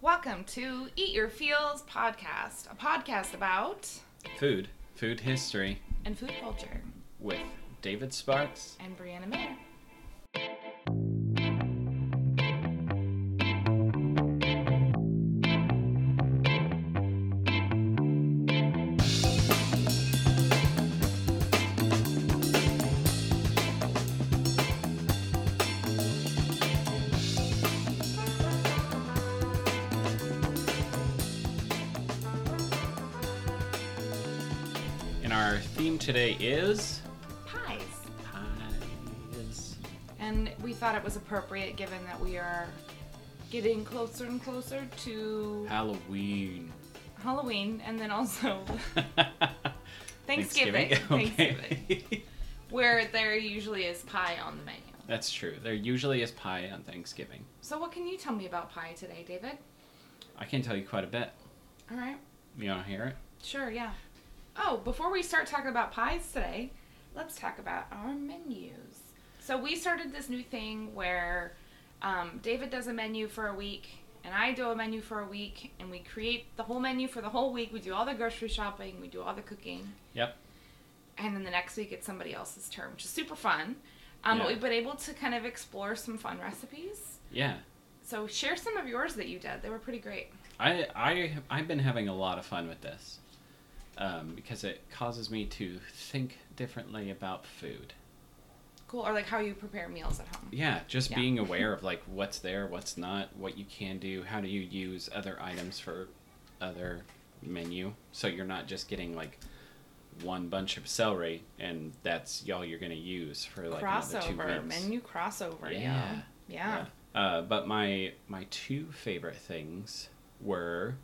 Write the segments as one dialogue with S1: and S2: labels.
S1: Welcome to Eat Your Feels podcast, a podcast about
S2: Food, food history
S1: and food culture
S2: with David Sparks.
S1: and Brianna Miller.
S2: And our theme today is
S1: Pies.
S2: pies.
S1: And we thought it was appropriate given that we are getting closer and closer to
S2: Halloween.
S1: Halloween and then also Thanksgiving.
S2: Thanksgiving.
S1: Thanksgiving.
S2: Okay.
S1: Where there usually is pie on the menu.
S2: That's true. There usually is pie on Thanksgiving.
S1: So, what can you tell me about pie today, David?
S2: I can tell you quite a bit.
S1: All right.
S2: You want to hear it?
S1: Sure, yeah. Oh, before we start talking about pies today, let's talk about our menus. So we started this new thing where um, David does a menu for a week, and I do a menu for a week, and we create the whole menu for the whole week. We do all the grocery shopping, we do all the cooking,
S2: Yep.
S1: and then the next week it's somebody else's turn, which is super fun. Um, But
S2: Yeah.
S1: we've been able to kind of explore some fun recipes.
S2: Yeah.
S1: So share some of yours that you did. They were pretty great.
S2: I I I've been having a lot of fun with this. Um, because it causes me to think differently about food.
S1: Cool. Or like how you prepare meals at home.
S2: Yeah, just
S1: Yeah.
S2: being aware of like what's there, what's not, what you can do, how do you use other items for other menu, so you're not just getting like one bunch of celery and that's all you're gonna use for like another two
S1: crossover
S2: weeks.
S1: menu crossover. Yeah.
S2: Yeah.
S1: Yeah.
S2: Uh, but my my two favorite things were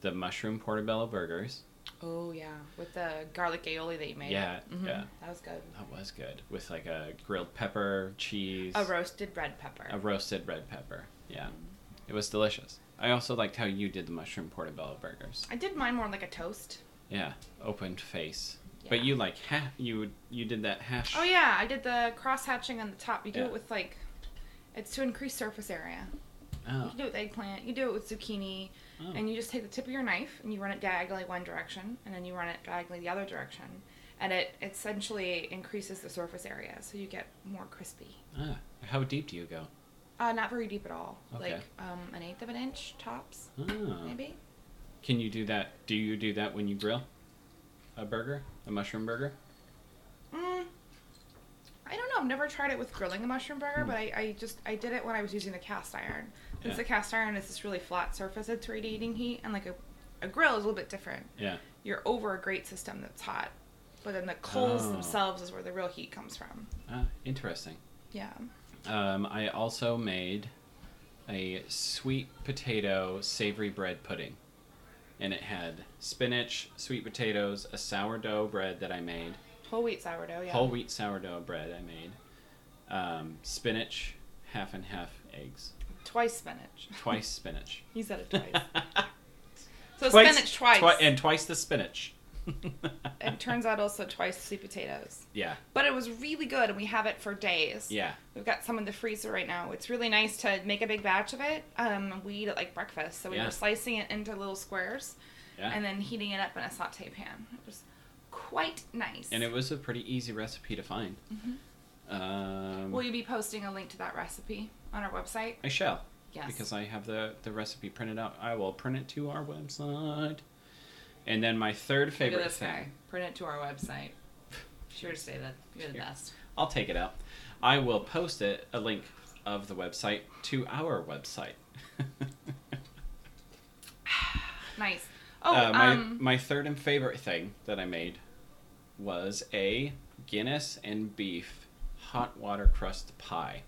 S2: the mushroom portobello burgers.
S1: Oh yeah, with the garlic aioli that you made.
S2: Yeah,
S1: Mhm.
S2: yeah.
S1: That was good.
S2: That was good with like a grilled pepper, cheese,
S1: A roasted red pepper.
S2: a roasted red pepper. Yeah, it was delicious. I also liked how you did the mushroom portobello burgers.
S1: I did mine more like a toast.
S2: Yeah, opened face.
S1: Yeah.
S2: But you like half you you did that hash.
S1: Oh yeah, I did the cross hatching on the top. You do
S2: Yeah.
S1: it with like, it's to increase surface area. You
S2: Oh.
S1: can do it with eggplant. You do it with zucchini,
S2: Oh.
S1: and you just take the tip of your knife and you run it diagonally one direction, and then you run it diagonally the other direction, and it essentially increases the surface area, so you get more crispy.
S2: Ah. How deep do you go?
S1: Uh, not very deep at all.
S2: Okay.
S1: Like um, an eighth of an inch tops,
S2: Oh.
S1: maybe.
S2: Can you do that? Do you do that when you grill a burger, a mushroom burger?
S1: Mm, I don't know. I've never tried it with grilling a mushroom burger, but I, I just I did it when I was using the cast iron. Since
S2: Hmm. Yeah.
S1: the cast iron is this really flat surface, it's radiating heat, and like a, a grill is a little bit different.
S2: Yeah.
S1: You're over a grate system that's hot, but then the coals
S2: Oh.
S1: themselves is where the real heat comes from.
S2: Ah, interesting.
S1: Yeah.
S2: Um, I also made a sweet potato savory bread pudding. And it had spinach, sweet potatoes, a sourdough bread that I made,
S1: Whole wheat sourdough. Yeah.
S2: whole wheat sourdough bread I made, um, spinach, half and half eggs,
S1: Twice spinach.
S2: twice spinach.
S1: He said it twice. so
S2: Twice-
S1: spinach twice.
S2: twi- and twice the spinach.
S1: it turns out also twice sweet potatoes.
S2: yeah,
S1: But it was really good, and we have it for days.
S2: yeah.
S1: We've got some in the freezer right now. It's really nice to make a big batch of it. Um, we eat it like breakfast, so we
S2: Yeah.
S1: were slicing it into little squares
S2: Yeah.
S1: and then heating it up in a saute pan. It was quite nice. Mm-hmm.
S2: And it was Mm-hmm. a pretty easy recipe to find. Um,
S1: Will you be posting a link to that recipe on our website?
S2: I shall.
S1: Yes.
S2: Because I have the, the recipe printed out. I will print it to our website. And then my third
S1: Look at
S2: favorite
S1: this
S2: thing.
S1: guy. Print it to our website. Sure to say that you're the
S2: Sure.
S1: best.
S2: I'll take it out. I will post it a link of the website to our website.
S1: Nice. Oh,
S2: uh, my,
S1: um,
S2: my third and favorite thing that I made was a Guinness and beef hot water crust pie.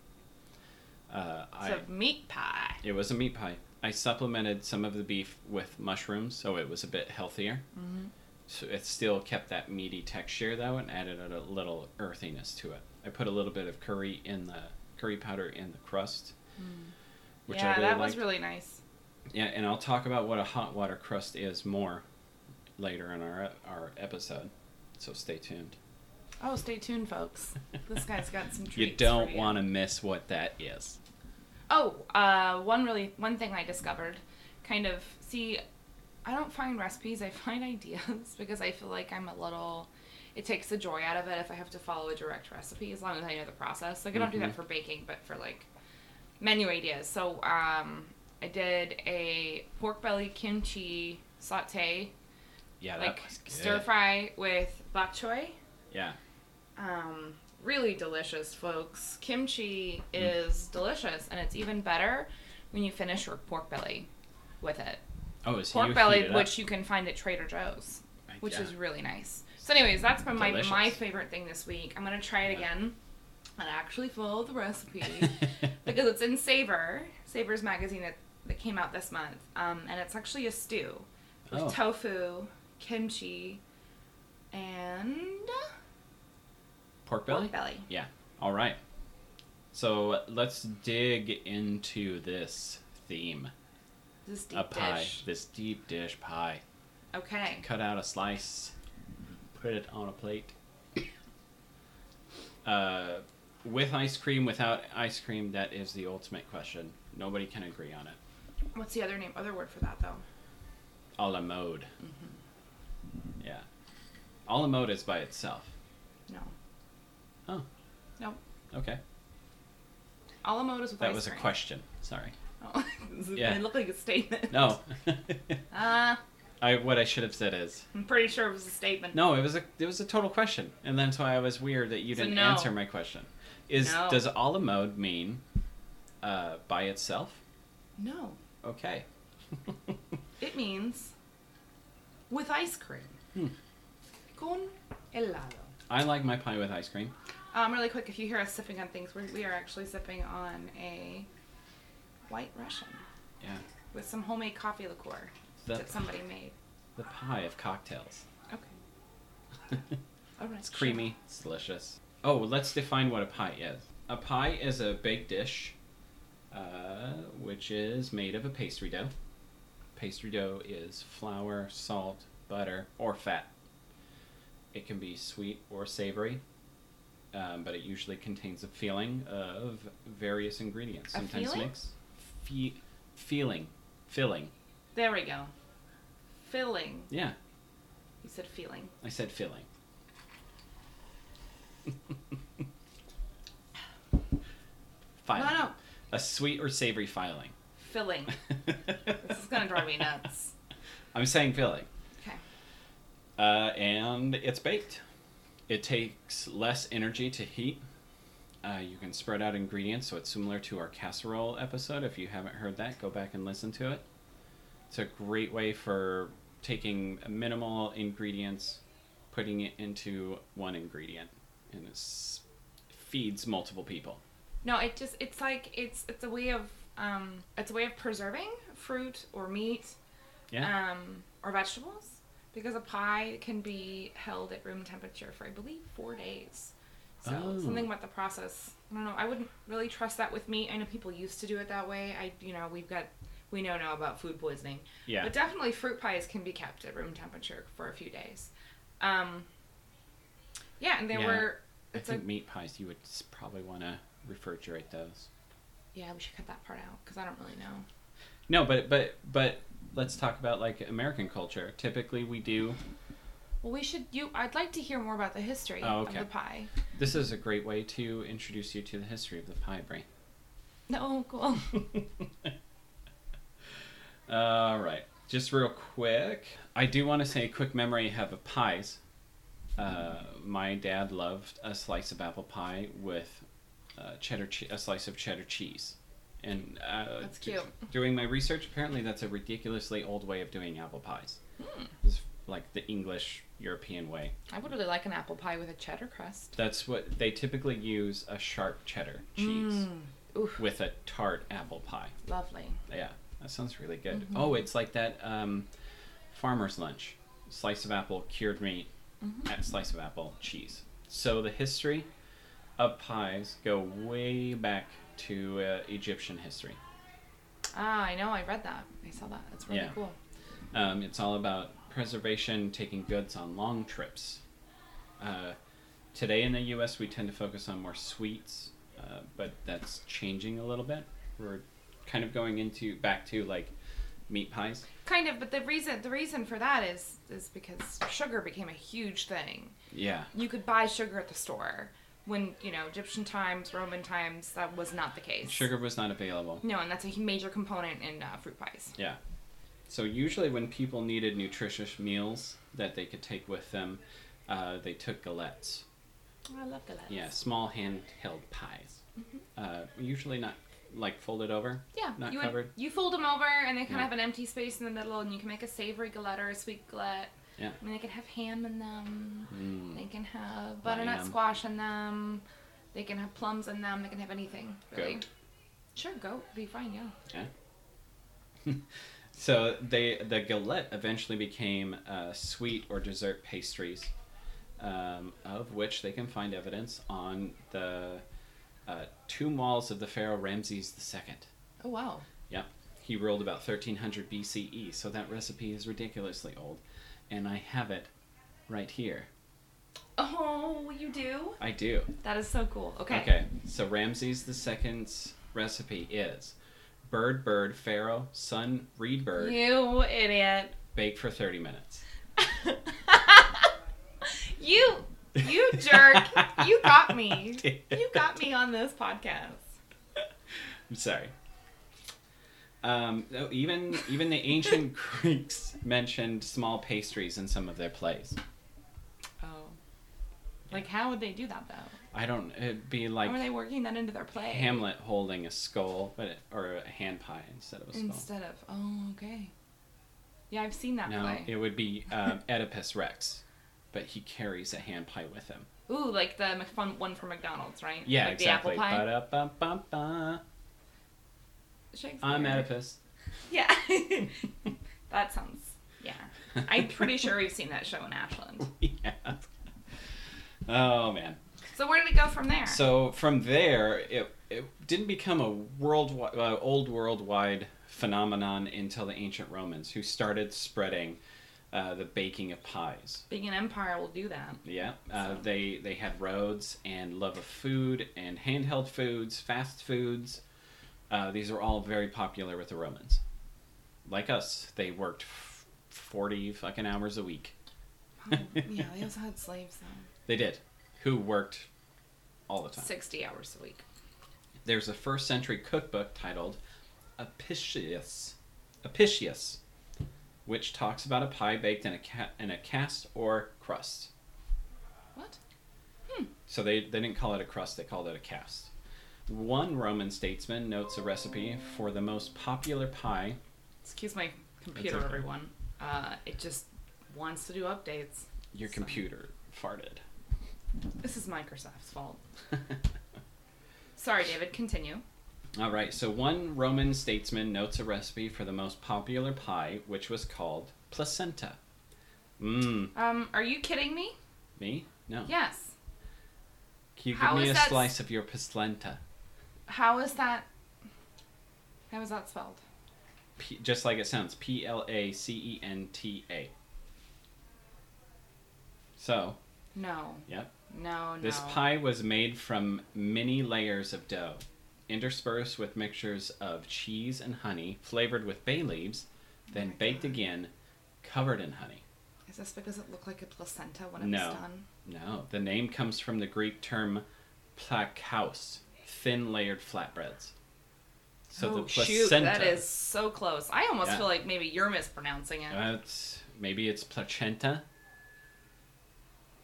S2: Uh, I,
S1: it's a meat pie.
S2: It was a meat pie. I supplemented some of the beef with mushrooms, so it was a bit healthier. Mm-hmm. So it still kept that meaty texture though, and added a little earthiness to it. I put a little bit of curry in the curry powder in the crust, which
S1: Mm. yeah,
S2: I really
S1: that
S2: liked.
S1: was really nice.
S2: yeah, and I'll talk about what a hot water crust is more later in our our episode. So stay tuned.
S1: Oh, stay tuned, folks. This guy's got some treats.
S2: You
S1: for
S2: don't
S1: you.
S2: want to miss what that is.
S1: Oh, uh, one really one thing I discovered kind of see. I don't find recipes; I find ideas because I feel like I'm a little. It takes the joy out of it if I have to follow a direct recipe, as long as I know the process. Like I don't do that
S2: Mhm.
S1: for baking, but for like menu ideas. So um, I did a pork belly kimchi saute,
S2: Yeah,
S1: like
S2: Oh, that was good.
S1: stir fry with bok choy.
S2: Yeah,
S1: Um, really delicious, folks. Kimchi is delicious, and it's even better when you finish your pork belly with it.
S2: oh, so you
S1: Pork
S2: heat
S1: belly,
S2: it up.
S1: which you can find at Trader Joe's,
S2: Right,
S1: which
S2: yeah.
S1: is really nice. So, anyways, that's been my,
S2: Delicious.
S1: my favorite thing this week. I'm gonna try it
S2: Yeah.
S1: again and actually follow the recipe because it's in Savor, Savor's magazine that, that came out this month, um, and it's actually a stew with
S2: Oh.
S1: tofu, kimchi, and
S2: pork belly.
S1: pork belly.
S2: Yeah. All right. So let's dig into this theme,
S1: This deep
S2: a pie,
S1: dish.
S2: this deep dish pie.
S1: Okay.
S2: Cut out a slice, put it on a plate. Uh, with ice cream, without ice cream, that is the ultimate question. Nobody can agree on it.
S1: What's the other name? Other word for that though?
S2: A la mode.
S1: Mm-hmm.
S2: Yeah. A la mode is by itself.
S1: No.
S2: Oh,
S1: No.
S2: okay.
S1: A la mode is with
S2: That
S1: ice
S2: was a
S1: cream.
S2: question. Sorry.
S1: Oh,
S2: Yeah.
S1: It looked like a statement.
S2: No.
S1: Uh,
S2: I what I should have said is
S1: I'm pretty sure it was a statement.
S2: No, it was a it was a total question, and that's why I was weird that you
S1: So
S2: didn't
S1: no.
S2: answer my question. Is
S1: No.
S2: does a la mode mean uh, by itself?
S1: No.
S2: Okay.
S1: It means with ice cream.
S2: Hmm.
S1: Con helado.
S2: I like my pie with ice cream.
S1: Um, really quick, if you hear us sipping on things, we're, we are actually sipping on a white Russian
S2: Yeah,
S1: with some homemade coffee liqueur
S2: The-
S1: that somebody made.
S2: the pie of cocktails.
S1: Okay. All right.
S2: It's creamy. It's delicious. Oh, let's define what a pie is. A pie is a baked dish, uh, which is made of a pastry dough. Pastry dough is flour, salt, butter, or fat. It can be sweet or savory, um, but it usually contains a feeling of various ingredients.
S1: A
S2: Sometimes
S1: feeling?
S2: mixed. Fe- feeling. Filling.
S1: There we go. Filling.
S2: Yeah,
S1: You said feeling.
S2: I said filling. Filing.
S1: No, no.
S2: A sweet or savory filing.
S1: Filling. this is gonna drive me nuts.
S2: I'm saying filling.
S1: Okay.
S2: Uh, and it's baked. It takes less energy to heat. Uh, you can spread out ingredients, so it's similar to our casserole episode. If you haven't heard that, go back and listen to it. It's a great way for taking minimal ingredients, putting it into one ingredient, and it s- feeds multiple people.
S1: No, it just it's like it's it's a way of um it's a way of preserving fruit or meat
S2: Yeah,
S1: um or vegetables because a pie can be held at room temperature for I believe four days. So
S2: Oh.
S1: something about the process. I don't know. I wouldn't really trust that with meat. I know people used to do it that way. I you know we've got we know now about food poisoning.
S2: yeah.
S1: But definitely fruit pies can be kept at room temperature for a few days. Um, yeah, and they
S2: Yeah,
S1: were.
S2: I
S1: It's a,
S2: think meat pies. You would s- probably want to refrigerate those.
S1: yeah, we should cut that part out because I don't really know.
S2: No, but but but let's talk about like American culture. Typically, we do.
S1: Well, we should. You, I'd like to hear more about the history
S2: Oh, okay.
S1: of the pie.
S2: This is a great way to introduce you to the history of the pie, Brie.
S1: No, oh, cool.
S2: All right, just real quick. I do want to say a quick memory I have of pies. Uh, my dad loved a slice of apple pie with uh, cheddar che- a slice of cheddar cheese. And uh,
S1: That's
S2: d-
S1: cute.
S2: doing my research, apparently that's a ridiculously old way of doing apple pies.
S1: Hmm.
S2: It's like the English European way.
S1: I would really like an apple pie with a cheddar crust.
S2: That's what they typically use a sharp cheddar cheese
S1: Oof.
S2: with a tart apple pie.
S1: Lovely.
S2: Yeah, that sounds really good. Oh, it's like that um, farmer's lunch slice of apple, cured meat, uh, slice of apple, cheese. So the history of pies go way back to uh, Egyptian history.
S1: Ah, I know. I read that. I saw that. That's really
S2: Yeah.
S1: cool.
S2: Um, it's all about preservation, taking goods on long trips. Uh, today in the U.S., we tend to focus on more sweets, uh, but that's changing a little bit. We're kind of going into back to like meat pies.
S1: Kind of, but the reason the reason for that is is because sugar became a huge thing.
S2: Yeah.
S1: You could buy sugar at the store when you know Egyptian times, Roman times. That was not the case.
S2: Sugar was not available.
S1: No, and that's a major component in uh, fruit pies.
S2: Yeah. So usually when people needed nutritious meals that they could take with them, uh, they took galettes.
S1: Oh, I love galettes.
S2: Yeah, small handheld pies. Uh, usually not like folded over.
S1: Yeah,
S2: Not
S1: you
S2: covered.
S1: you fold them over, and they kind
S2: Yeah.
S1: of have an empty space in the middle, and you can make a savory galette or a sweet galette.
S2: Yeah.
S1: I mean, they can have ham in them.
S2: Mm.
S1: They can have butternut
S2: Lamb.
S1: squash in them. They can have plums in them. They can have anything. Really.
S2: Goat.
S1: Sure, goat would be fine. Yeah.
S2: So they the galette eventually became uh, sweet or dessert pastries, um, of which they can find evidence on the uh, tomb walls of the pharaoh Ramses II.
S1: Oh wow.
S2: Yep, he ruled about 1300 BCE, E, so that recipe is ridiculously old, and I have it right here.
S1: Oh, you do?
S2: I do.
S1: That is so cool. Okay.
S2: Okay, so Ramses II's recipe is bird, bird, pharaoh, sun, reed bird,
S1: You idiot.
S2: baked for 30 minutes.
S1: you you jerk. you got me. You got me on this podcast.
S2: I'm sorry. Um, oh, even even the ancient Greeks mentioned small pastries in some of their plays.
S1: Oh. Like how would they do that though?
S2: I don't. It'd be like
S1: How are they working that into their play?
S2: Hamlet holding a skull, but it, or a hand pie instead of a skull.
S1: Instead of oh okay. Yeah, I've seen that
S2: no,
S1: play.
S2: it would be um, Oedipus Rex, but he carries a hand pie with him.
S1: Ooh, like the Mc- fun one from McDonald's, right?
S2: Yeah,
S1: like
S2: exactly.
S1: The apple pie.
S2: Ba-da-ba-ba-ba.
S1: Shakespeare.
S2: I'm Oedipus.
S1: Yeah. that sounds. Yeah. I'm pretty sure we've seen that show in Ashland.
S2: yeah. Oh man.
S1: So where did it go from there?
S2: So from there, it, it didn't become a world uh, old worldwide phenomenon until the ancient Romans, who started spreading uh, the baking of pies.
S1: Being an empire will do that.
S2: Yeah, uh,
S1: So-
S2: they they had roads and love of food and handheld foods, fast foods. Uh, these are all very popular with the Romans. Like us, they worked f- forty fucking hours a week.
S1: Oh, yeah, they also had slaves though.
S2: They did, who worked all the time.
S1: Sixty hours a week.
S2: there's a first century cookbook titled Apicius, Apicius, which talks about a pie baked in a ca- in a cast or crust.
S1: What?
S2: So they, they didn't call it a crust, they called it a cast. One Roman statesman notes a recipe for the most popular pie.
S1: Excuse my computer,
S2: okay.
S1: everyone. Uh, it just wants to do updates.
S2: Your
S1: So-
S2: computer farted.
S1: This is Microsoft's fault. Sorry, David. Continue.
S2: All right, so one Roman statesman notes a recipe for the most popular pie, which was called placenta. Mmm,
S1: Um, are you kidding me?
S2: me? No.
S1: Yes.
S2: Can you give
S1: How
S2: me
S1: is
S2: a
S1: that s-
S2: slice of your placenta?
S1: How is that? How is that spelled?
S2: P- just like it sounds P L A C E N T A. So,
S1: No.
S2: yep.
S1: No. No.
S2: This pie was made from many layers of dough, interspersed with mixtures of cheese and honey, flavored with bay leaves, then
S1: Oh my
S2: baked
S1: God.
S2: again, covered in honey.
S1: Is this because it looked like a placenta when it
S2: No.
S1: was done?
S2: No, the name comes from the Greek term plakaus, thin layered flatbreads. So the
S1: oh,
S2: placenta.
S1: shoot, that is so close. I almost
S2: Yeah.
S1: feel like maybe you're mispronouncing it.
S2: uh, it's- maybe it's placenta.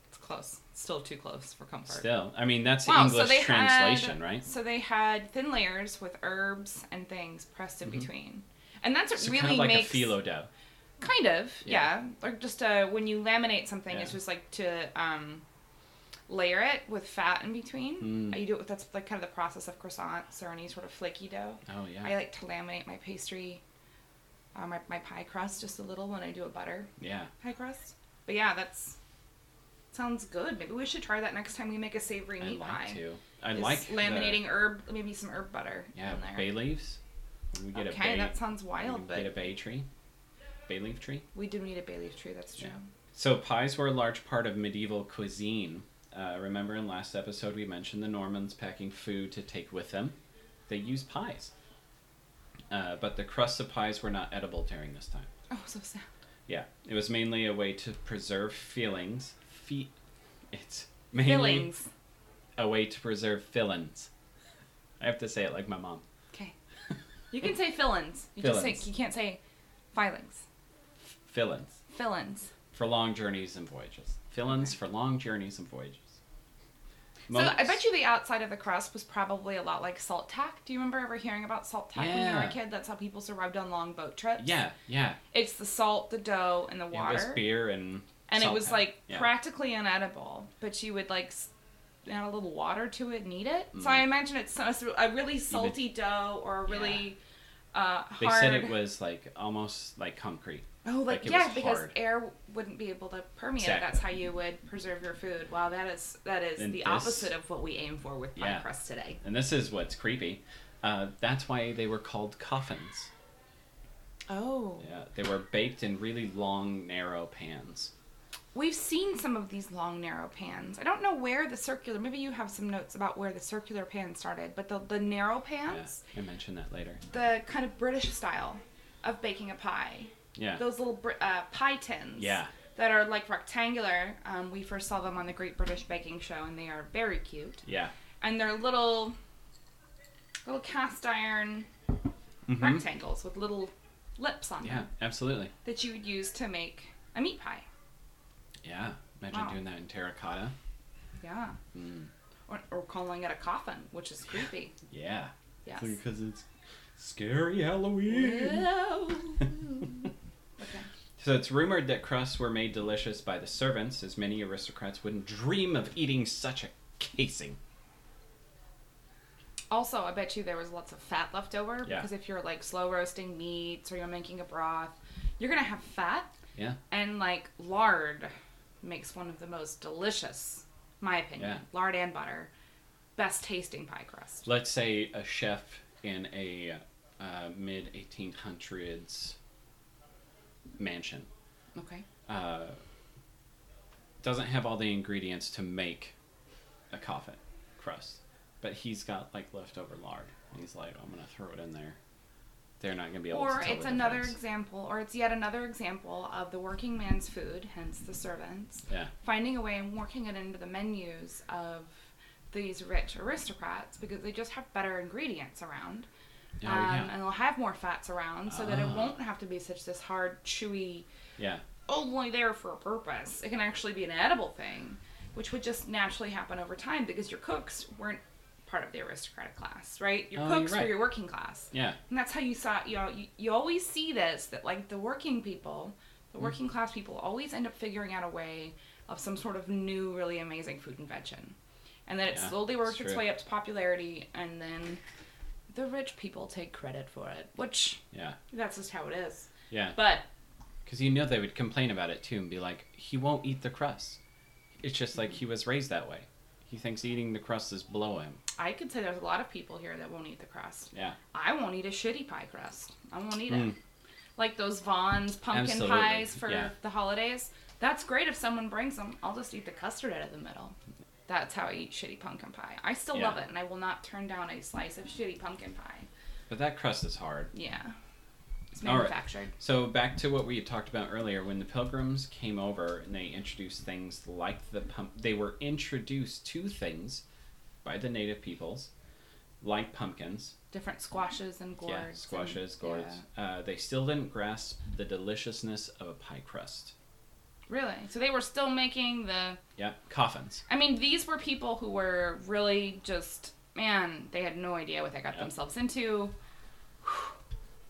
S1: It's close. Still too close for comfort.
S2: Still, I mean that's
S1: Wow,
S2: the English
S1: so they
S2: translation,
S1: had,
S2: right?
S1: So they had thin layers with herbs and things pressed in between, and that's what
S2: Mm-hmm. So
S1: really
S2: kind of like
S1: makes
S2: a phyllo dough.
S1: kind of
S2: Yeah.
S1: yeah, or just uh, when you laminate something, it's
S2: Yeah.
S1: just like to um, layer it with fat in between.
S2: Mm.
S1: Uh, You do it with that's like kind of the process of croissants or any sort of flaky dough.
S2: Oh yeah,
S1: I like to laminate my pastry, uh, my my pie crust just a little when I do a butter
S2: yeah.
S1: pie crust. But yeah, that's sounds good. Maybe we should try that next time we make a savory
S2: I
S1: meat
S2: like
S1: pie.
S2: to. I
S1: is
S2: like the-
S1: laminating herb, maybe some herb butter
S2: yeah,
S1: in there.
S2: bay leaves. We get
S1: okay,
S2: a bay,
S1: that sounds wild,
S2: we get a
S1: but
S2: bay tree, bay leaf tree.
S1: we do need a bay leaf tree. That's true.
S2: Yeah. So pies were a large part of medieval cuisine. Uh, remember in last episode we mentioned the Normans packing food to take with them. They used pies. uh, but the crusts of pies were not edible during this time.
S1: Oh, so sad.
S2: Yeah, it was mainly a way to preserve feelings. Fe- it's mainly
S1: Fillings.
S2: a way to preserve fillings. I have to say it like my mom.
S1: Okay. You can say fillings. You just say
S2: Fillings.
S1: you can't say filings.
S2: Fillings
S1: Fillings.
S2: for long journeys and voyages. Fillings for long journeys and voyages.
S1: So I bet you the outside of the crust was probably a lot like salt tack. Do you remember ever hearing about salt tack when you were
S2: Yeah.
S1: a kid? That's how people survived on long boat trips.
S2: Yeah, yeah.
S1: It's the salt, the dough, and the
S2: It
S1: water.
S2: was beer and.
S1: and it
S2: salt
S1: was
S2: pepper.
S1: like
S2: Yeah.
S1: practically inedible, but you would like s- add a little water to it and eat it. So
S2: Mm.
S1: I imagine it's so- it's a really salty dough or a really uh, hard.
S2: They said it was like almost like concrete.
S1: oh, like,
S2: like it
S1: yeah,
S2: was
S1: because
S2: hard.
S1: air wouldn't be able to permeate. it.
S2: Exactly.
S1: That's how you would preserve your food. Wow, that is that is
S2: And
S1: the
S2: this-
S1: opposite of what we aim for with pie
S2: Yeah.
S1: crust today.
S2: And this is what's creepy. Uh, that's why they were called coffins.
S1: Oh,
S2: Yeah, they were baked in really long, narrow pans.
S1: we've seen some of these long narrow pans. I don't know where the circular. Maybe you have some notes about where the circular pan started, but the the narrow
S2: Yeah,
S1: pans.
S2: I mentioned that later.
S1: the kind of British style of baking a pie.
S2: Yeah,
S1: Those little br- uh, pie tins.
S2: Yeah.
S1: That are like rectangular. Um, we first saw them on the Great British Baking Show, and they are very cute.
S2: yeah,
S1: And they're little, little cast iron
S2: Mhm.
S1: rectangles with little lips on
S2: yeah,
S1: them
S2: absolutely.
S1: that you would use to make a meat pie.
S2: Yeah, imagine
S1: Wow.
S2: doing that in terracotta.
S1: Yeah.
S2: Mm.
S1: Or, or calling it a coffin, which is creepy.
S2: Yeah,
S1: Yes.
S2: because it's scary Halloween.
S1: Whoa. okay.
S2: So it's rumored that crusts were made delicious by the servants, as many aristocrats wouldn't dream of eating such a casing.
S1: Also, I bet you there was lots of fat left over
S2: Yeah.
S1: because if you're like slow roasting meats or you're making a broth, you're gonna have fat
S2: Yeah,
S1: and like lard makes one of the most delicious, my opinion,
S2: Yeah.
S1: lard and butter, best tasting pie crust.
S2: let's say a chef in a uh, mid 1800s mansion
S1: Okay.
S2: uh, doesn't have all the ingredients to make a coffin crust, but he's got like leftover lard. And he's like, I'm gonna throw it in there. They're not gonna be able
S1: Or
S2: to. tell
S1: it's
S2: the
S1: another
S2: difference.
S1: example, or it's yet another example of the working man's food, hence the servants,
S2: Yeah,
S1: finding a way and working it into the menus of these rich aristocrats because they just have better ingredients around.
S2: Oh,
S1: um,
S2: yeah,
S1: and they'll have more fats around so that it
S2: Ah.
S1: won't have to be such this hard, chewy,
S2: yeah,
S1: only there for a purpose. It can actually be an edible thing, which would just naturally happen over time because your cooks weren't part of the aristocratic class, right? Your
S2: Oh, you're
S1: cooks were
S2: right.
S1: your working class,
S2: yeah,
S1: and that's how you saw. You know, you, you always see this that like the working people,
S2: Mm.
S1: the working class people, always end up figuring out a way of some sort of new, really amazing food invention, and then it
S2: Yeah,
S1: slowly
S2: it's
S1: works its
S2: true.
S1: way up to popularity, and then. The rich people take credit for it, which
S2: yeah,
S1: that's just how it is.
S2: yeah.
S1: But
S2: Because you know they would complain about it too and be like, he won't eat the crust. It's just like he was raised that way. He thinks eating the crust is below him.
S1: I could say there's a lot of people here that won't eat the crust.
S2: Yeah,
S1: I won't eat a shitty pie crust. I won't eat it.
S2: Mm.
S1: Like those Vaughn's pumpkin
S2: Absolutely,
S1: pies for
S2: yeah.
S1: the holidays. That's great if someone brings them. I'll just eat the custard out of the middle. That's how I eat shitty pumpkin pie. I still
S2: Yeah.
S1: love it, and I will not turn down a slice of shitty pumpkin pie.
S2: but that crust is hard.
S1: Yeah, it's
S2: All right.
S1: manufactured.
S2: So back to what we had talked about earlier, when the pilgrims came over and they introduced things like the pump, they were introduced to things by the native peoples, like pumpkins,
S1: Different squashes and gourds.
S2: yeah,
S1: and-
S2: squashes, gourds.
S1: yeah.
S2: Uh, they still didn't grasp the deliciousness of a pie crust.
S1: Really? So they were still making the
S2: Yeah, coffins.
S1: I mean, these were people who were really just man. They had no idea what they got
S2: Yeah.
S1: themselves into.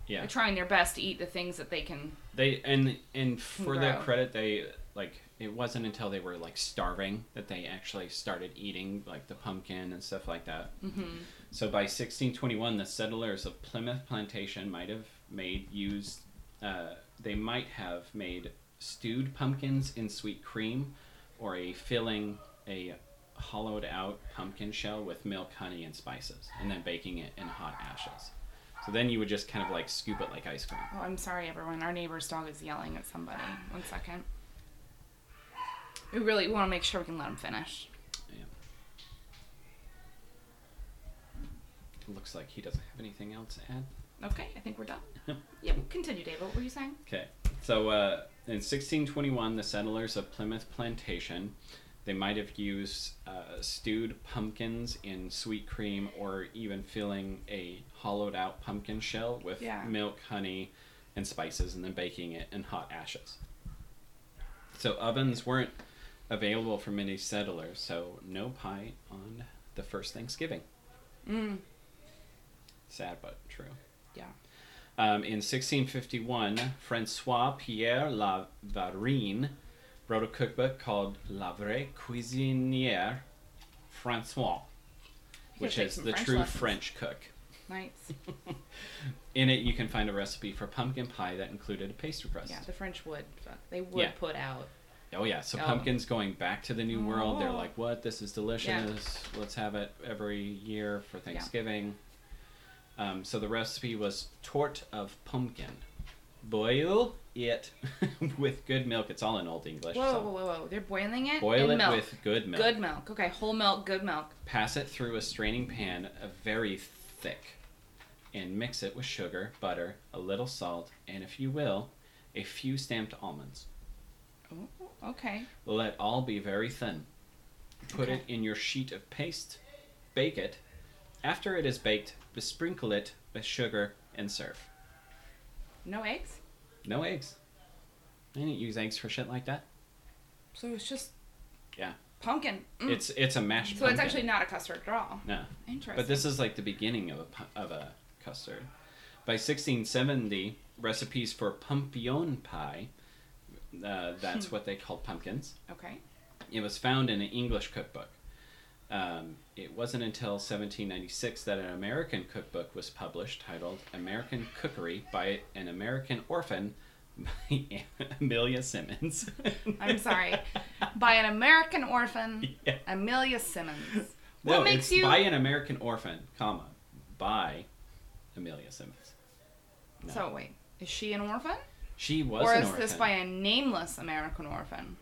S2: Yeah,
S1: They're trying their best to eat the things that they can.
S2: they and and for their
S1: Grow.
S2: credit, they like it wasn't until they were like starving that they actually started eating like the pumpkin and stuff like that.
S1: hmm
S2: So by 1621, the settlers of Plymouth Plantation might have made used. Uh, they might have made stewed pumpkins in sweet cream, or a filling a hollowed out pumpkin shell with milk, honey, and spices, and then baking it in hot ashes. So then you would just kind of like scoop it like ice cream.
S1: Oh, I'm sorry, everyone. Our neighbor's dog is yelling at somebody. One second. We really want to make sure we can let him finish.
S2: It looks like he doesn't have anything else to add.
S1: Okay, I think we're done. yeah, continue, David. What were you saying?
S2: Okay. So uh, in 1621, the settlers of Plymouth Plantation, they might have used uh, stewed pumpkins in sweet cream or even filling a hollowed out pumpkin shell with
S1: Yeah.
S2: milk, honey, and spices and then baking it in hot ashes. So ovens weren't available for many settlers, so no pie on the first Thanksgiving.
S1: Mm.
S2: Sad but true.
S1: Yeah.
S2: Um, in 1651, Francois Pierre Lavarine wrote a cookbook called La Vraie Cuisinière Francois,
S1: You
S2: which
S1: gotta take
S2: is
S1: some
S2: the
S1: French
S2: true
S1: lessons.
S2: French cook.
S1: Nice.
S2: In it, you can find a recipe for pumpkin pie that included a pastry crust.
S1: Yeah, the French would. They would
S2: Yeah.
S1: put out.
S2: Oh, yeah, so
S1: Oh.
S2: pumpkins going back to the New World, they're
S1: Oh.
S2: like, what? This is delicious. Let's have it every year for Thanksgiving. Um, so the recipe was torte of pumpkin. Boil it with good milk. It's all in Old English.
S1: Whoa,
S2: so-
S1: whoa, whoa, whoa! They're boiling it.
S2: Boil
S1: in
S2: it
S1: milk.
S2: with good milk.
S1: good milk. Okay, whole milk, good milk.
S2: Pass it through a straining pan, a very thick, and mix it with sugar, butter, a little salt, and if you will, a few stamped almonds.
S1: Ooh, okay.
S2: Let all be very thin. Put
S1: Okay.
S2: it in your sheet of paste, bake it. After it is baked, besprinkle it with sugar and serve.
S1: No eggs.
S2: No eggs. I didn't use eggs for shit like that.
S1: So it's just.
S2: Yeah.
S1: Pumpkin. Mm.
S2: It's it's a mashed.
S1: so it's
S2: pumpkin.
S1: actually not a custard at all.
S2: no.
S1: Interesting.
S2: But this is like the beginning of a, pu- of a custard. By 1670, recipes for pompion pie, uh,
S1: Hmm.
S2: that's what they called pumpkins,
S1: Okay.
S2: it was found in an English cookbook. Um, it wasn't until 1796 that an American cookbook was published titled American Cookery by an American Orphan by Amelia Simmons.
S1: I'm sorry. By an American orphan,
S2: Yeah.
S1: Amelia Simmons.
S2: No,
S1: What makes
S2: it's
S1: you-
S2: by an American orphan, comma, by Amelia Simmons. No.
S1: So wait, is she an orphan,
S2: She was
S1: or
S2: an
S1: is
S2: orphan.
S1: this by a nameless American orphan?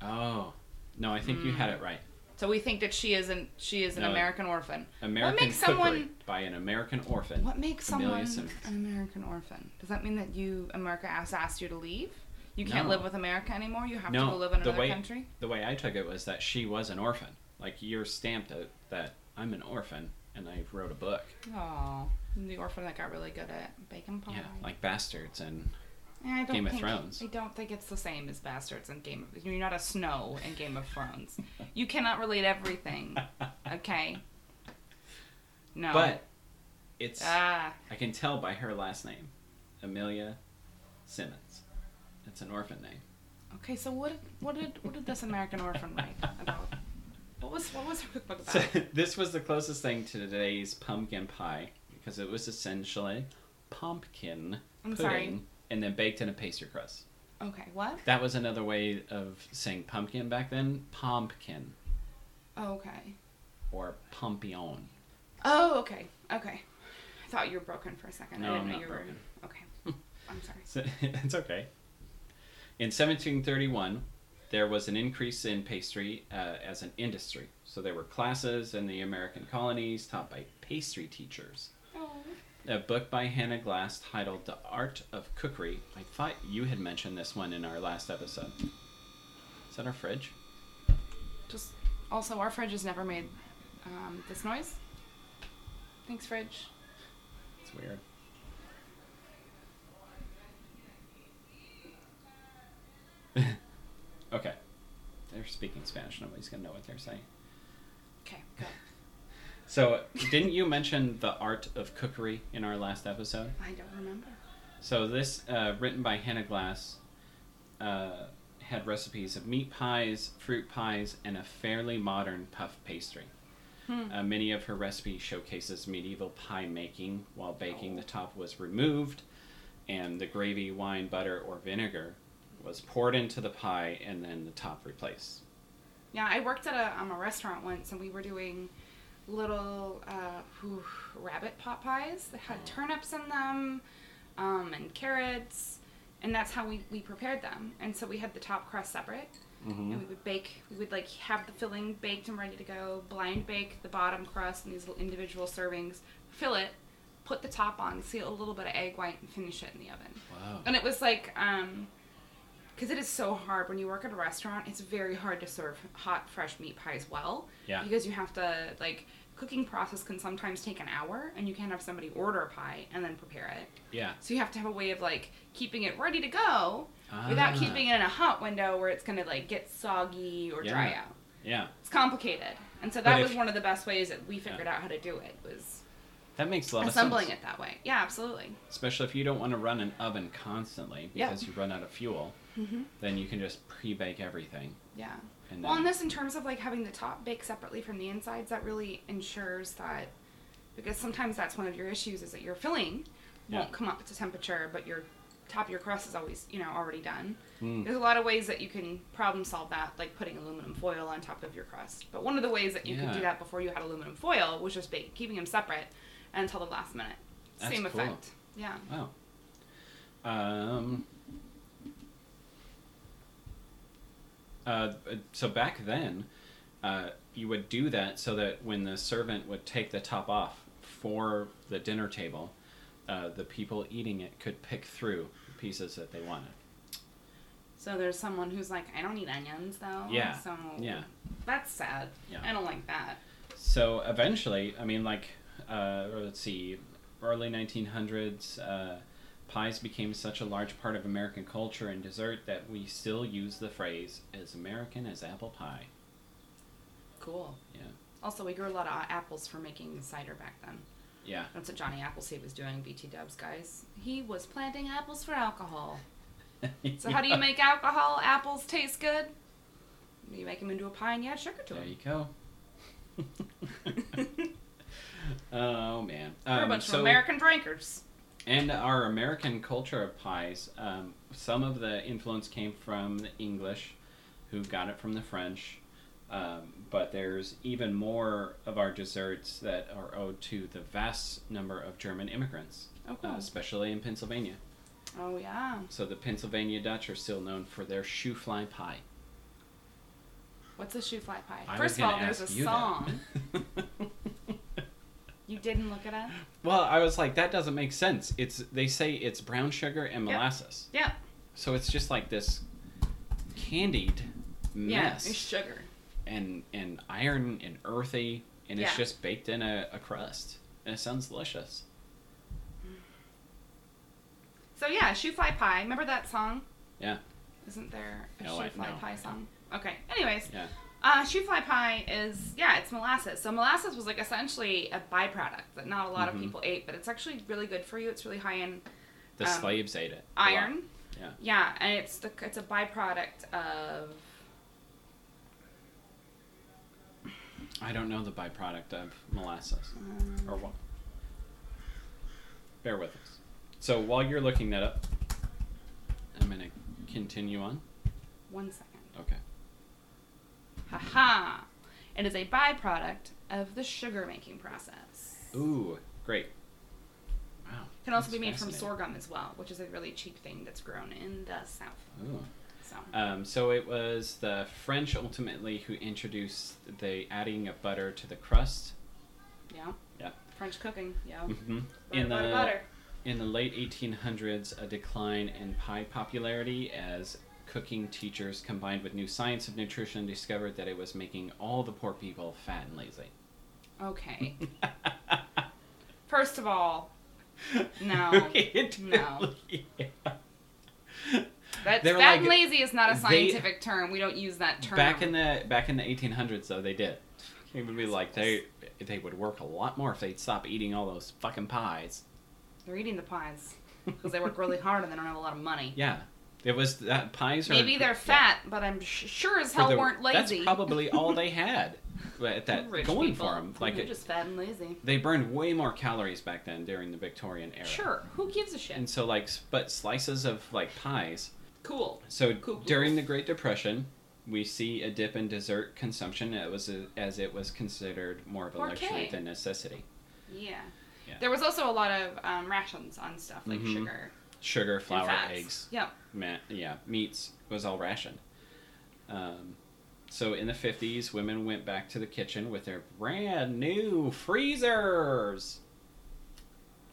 S2: Oh, no, I think you
S1: Hmm.
S2: had it right.
S1: So we think that she is an she is an
S2: No.
S1: American orphan.
S2: American
S1: makes
S2: cookery
S1: someone-
S2: by an American orphan.
S1: What makes someone
S2: Amelia Simmons.
S1: an American orphan? Does that mean that you America has asked you to leave? You can't
S2: No.
S1: live with America anymore. You have
S2: No,
S1: to go live in
S2: the
S1: another
S2: way-
S1: country.
S2: The way I took it was that she was an orphan. Like you're stamped at that I'm an orphan and I wrote a book.
S1: Oh, the orphan that got really good at bacon pie.
S2: Yeah, like bastards and
S1: Eh, I don't
S2: Game of
S1: think,
S2: Thrones.
S1: I don't think it's the same as bastards and Game of. You're not a snow in Game of Thrones. you cannot relate everything. Okay. No.
S2: but it's
S1: ah,
S2: I can tell by her last name, Amelia Simmons. It's an orphan name.
S1: okay. So what? What did what did this American orphan write about? What was what was her cookbook about?
S2: So, this was the closest thing to today's pumpkin pie because it was essentially pumpkin
S1: I'm
S2: pudding
S1: sorry.
S2: and then baked in a pastry crust.
S1: okay. What?
S2: That was another way of saying pumpkin back then. Pumpkin
S1: Oh, Okay.
S2: or pompion.
S1: Oh, okay. Okay. I thought you were broken for a second.
S2: No,
S1: I
S2: I'm
S1: didn't know
S2: not
S1: you
S2: broken.
S1: were. Okay. I'm sorry.
S2: So- it's okay. In 1731, there was an increase in pastry uh, as an industry. So there were classes in the American colonies taught by pastry teachers.
S1: Oh.
S2: A book by Hannah Glass titled The Art of Cookery. I thought you had mentioned this one in our last episode. Is that our fridge?
S1: Just also, our fridge has never made um, this noise. Thanks, fridge.
S2: It's weird. okay. They're speaking Spanish. Nobody's going to know what they're saying.
S1: Okay, go.
S2: So, didn't you mention the art of cookery in our last episode?
S1: I don't remember.
S2: So, this, uh, written by Hannah Glass, uh, had recipes of meat pies, fruit pies, and a fairly modern puff pastry.
S1: Hmm.
S2: Uh, many of her recipes showcases medieval pie making. While baking, the top was removed, and the gravy, wine, butter, or vinegar was poured into the pie, and then the top replaced.
S1: Yeah, I worked at a, um, a restaurant once, and we were doing little uh, whew, rabbit pot pies that had turnips in them um, and carrots, and that's how we, we prepared them. And so we had the top crust separate, and we would bake, we would like have the filling baked and ready to go, blind bake the bottom crust in these little individual servings, fill it, put the top on, seal a little bit of egg white, and finish it in the oven.
S2: Wow.
S1: And it was like, um, because it is so hard when you work at a restaurant, it's very hard to serve hot, fresh meat pies well.
S2: Yeah.
S1: Because you have to, like, cooking process can sometimes take an hour, and you can't have somebody order a pie and then prepare it.
S2: Yeah.
S1: So you have to have a way of, like, keeping it ready to go
S2: Ah.
S1: without keeping it in a hot window where it's going to, like, get soggy or dry
S2: Yeah.
S1: out.
S2: Yeah.
S1: It's complicated. And so
S2: But
S1: that
S2: if-
S1: was one of the best ways that we figured out how to do it was
S2: That makes a lot
S1: assembling
S2: of sense.
S1: it that way. Yeah, absolutely.
S2: Especially if you don't want to run an oven constantly
S1: Yeah.
S2: because you run out of fuel,
S1: Mhm.
S2: then you can just pre bake everything.
S1: Yeah.
S2: And
S1: Well,
S2: then,
S1: and this in terms of like having the top bake separately from the insides, that really ensures that because sometimes that's one of your issues is that your filling won't
S2: Yeah.
S1: come up to temperature, but your top of your crust is always you know already done.
S2: Mm.
S1: There's a lot of ways that you can problem solve that, like putting aluminum foil on top of your crust. But one of the ways that you could do
S2: Yeah.
S1: that before you had aluminum foil was just bake, keeping them separate until the last minute.
S2: That's
S1: Same
S2: cool.
S1: effect. Yeah.
S2: Wow. Oh. Um. Uh, so back then, uh, you would do that so that when the servant would take the top off for the dinner table, uh, the people eating it could pick through the pieces that they wanted.
S1: So there's someone who's like, I don't eat onions though.
S2: Yeah,
S1: So
S2: yeah.
S1: That's sad.
S2: Yeah.
S1: I don't like that.
S2: So eventually, I mean, like, uh, let's see, early 1900s, uh, pies became such a large part of American culture and dessert that we still use the phrase "as American as apple pie."
S1: Cool.
S2: Yeah,
S1: Also, we grew a lot of apples for making cider back then.
S2: yeah.
S1: That's what Johnny Appleseed was doing, BT Dubs, guys. He was planting apples for alcohol. So, how do you make alcohol? Apples taste good? You make them into a pie and you add sugar to
S2: There you
S1: them.
S2: go. oh man,
S1: We're a
S2: Um,
S1: bunch
S2: so-
S1: of American drinkers.
S2: And our American culture of pies, um, some of the influence came from the English, who got it from the French. Um, but there's even more of our desserts that are owed to the vast number of German immigrants,
S1: Oh, cool.
S2: uh, especially in Pennsylvania.
S1: Oh, yeah.
S2: So the Pennsylvania Dutch are still known for their shoe fly pie.
S1: What's a shoe fly pie?
S2: I was
S1: First of all,
S2: gonna
S1: there's a
S2: ask you
S1: song.
S2: that.
S1: You didn't look it up?
S2: well, I was like, that doesn't make sense. It's they say it's brown sugar and
S1: Yep.
S2: molasses.
S1: Yeah.
S2: So it's just like this candied
S1: Yeah.
S2: mess
S1: It's sugar.
S2: and and iron and earthy and it's
S1: Yeah.
S2: just baked in a, a crust. And it sounds delicious.
S1: So, yeah, shoe fly pie. Remember that song?
S2: Yeah.
S1: Isn't there a
S2: No, I-
S1: shoe fly
S2: no, I
S1: pie
S2: don't.
S1: song? Okay. Anyways,
S2: Yeah.
S1: Uh, shoe fly pie is yeah, it's molasses. So molasses was like essentially a byproduct that not a lot
S2: Mhm.
S1: of people ate, but it's actually really good for you. It's really high in
S2: The
S1: Um,
S2: slaves ate it. a lot.
S1: iron.
S2: Yeah.
S1: Yeah, and it's the it's a byproduct of
S2: I don't know the byproduct of molasses.
S1: um,
S2: Or what bear with us. So while you're looking that up, I'm gonna continue on.
S1: one second.
S2: Okay.
S1: Haha. It is a byproduct of the sugar making process.
S2: Ooh, great. Wow.
S1: It can also
S2: that's
S1: be made from
S2: fascinating.
S1: sorghum as well, which is a really cheap thing that's grown in the south.
S2: Ooh.
S1: So
S2: Um, so it was the French ultimately who introduced the adding of butter to the crust.
S1: yeah.
S2: Yeah.
S1: French cooking, yeah.
S2: hmm
S1: Butter,
S2: In
S1: butter,
S2: the
S1: butter.
S2: in the late 1800s, a decline in pie popularity as cooking teachers combined with new science of nutrition discovered that it was making all the poor people fat and lazy.
S1: Okay. First of all, No.
S2: It
S1: No.
S2: really-
S1: That's,
S2: They
S1: fat
S2: were
S1: and
S2: like-
S1: lazy is not a
S2: they-
S1: scientific term. We don't use that term.
S2: Back in the back in the 1800s though, they did. It would be like they they would work a lot more if they'd stop eating all those fucking pies.
S1: They're eating the pies because they work really hard and they don't have a lot of money.
S2: Yeah, it was that pies. Are,
S1: Maybe they're fat, but I'm sh- sure as
S2: for
S1: hell
S2: the-
S1: weren't lazy.
S2: That's probably all they had at that
S1: Rich
S2: going
S1: people.
S2: for them. Like
S1: They're
S2: it,
S1: just fat and lazy.
S2: they burned way more calories back then during the Victorian era.
S1: Sure, who gives a shit?
S2: And so like, s- but slices of like pies.
S1: cool.
S2: So
S1: Cool, cool.
S2: during the Great Depression, we see a dip in dessert consumption. It was a, as it was considered more of a
S1: Poor
S2: luxury
S1: kid.
S2: than necessity.
S1: Yeah.
S2: Yeah.
S1: There was also a lot of um, rations on stuff like
S2: Mhm.
S1: sugar,
S2: Sugar, flour,
S1: and fats.
S2: eggs,
S1: Yep.
S2: ma- yeah, meats was all rationed. Um, so in the 50s, women went back to the kitchen with their brand new freezers.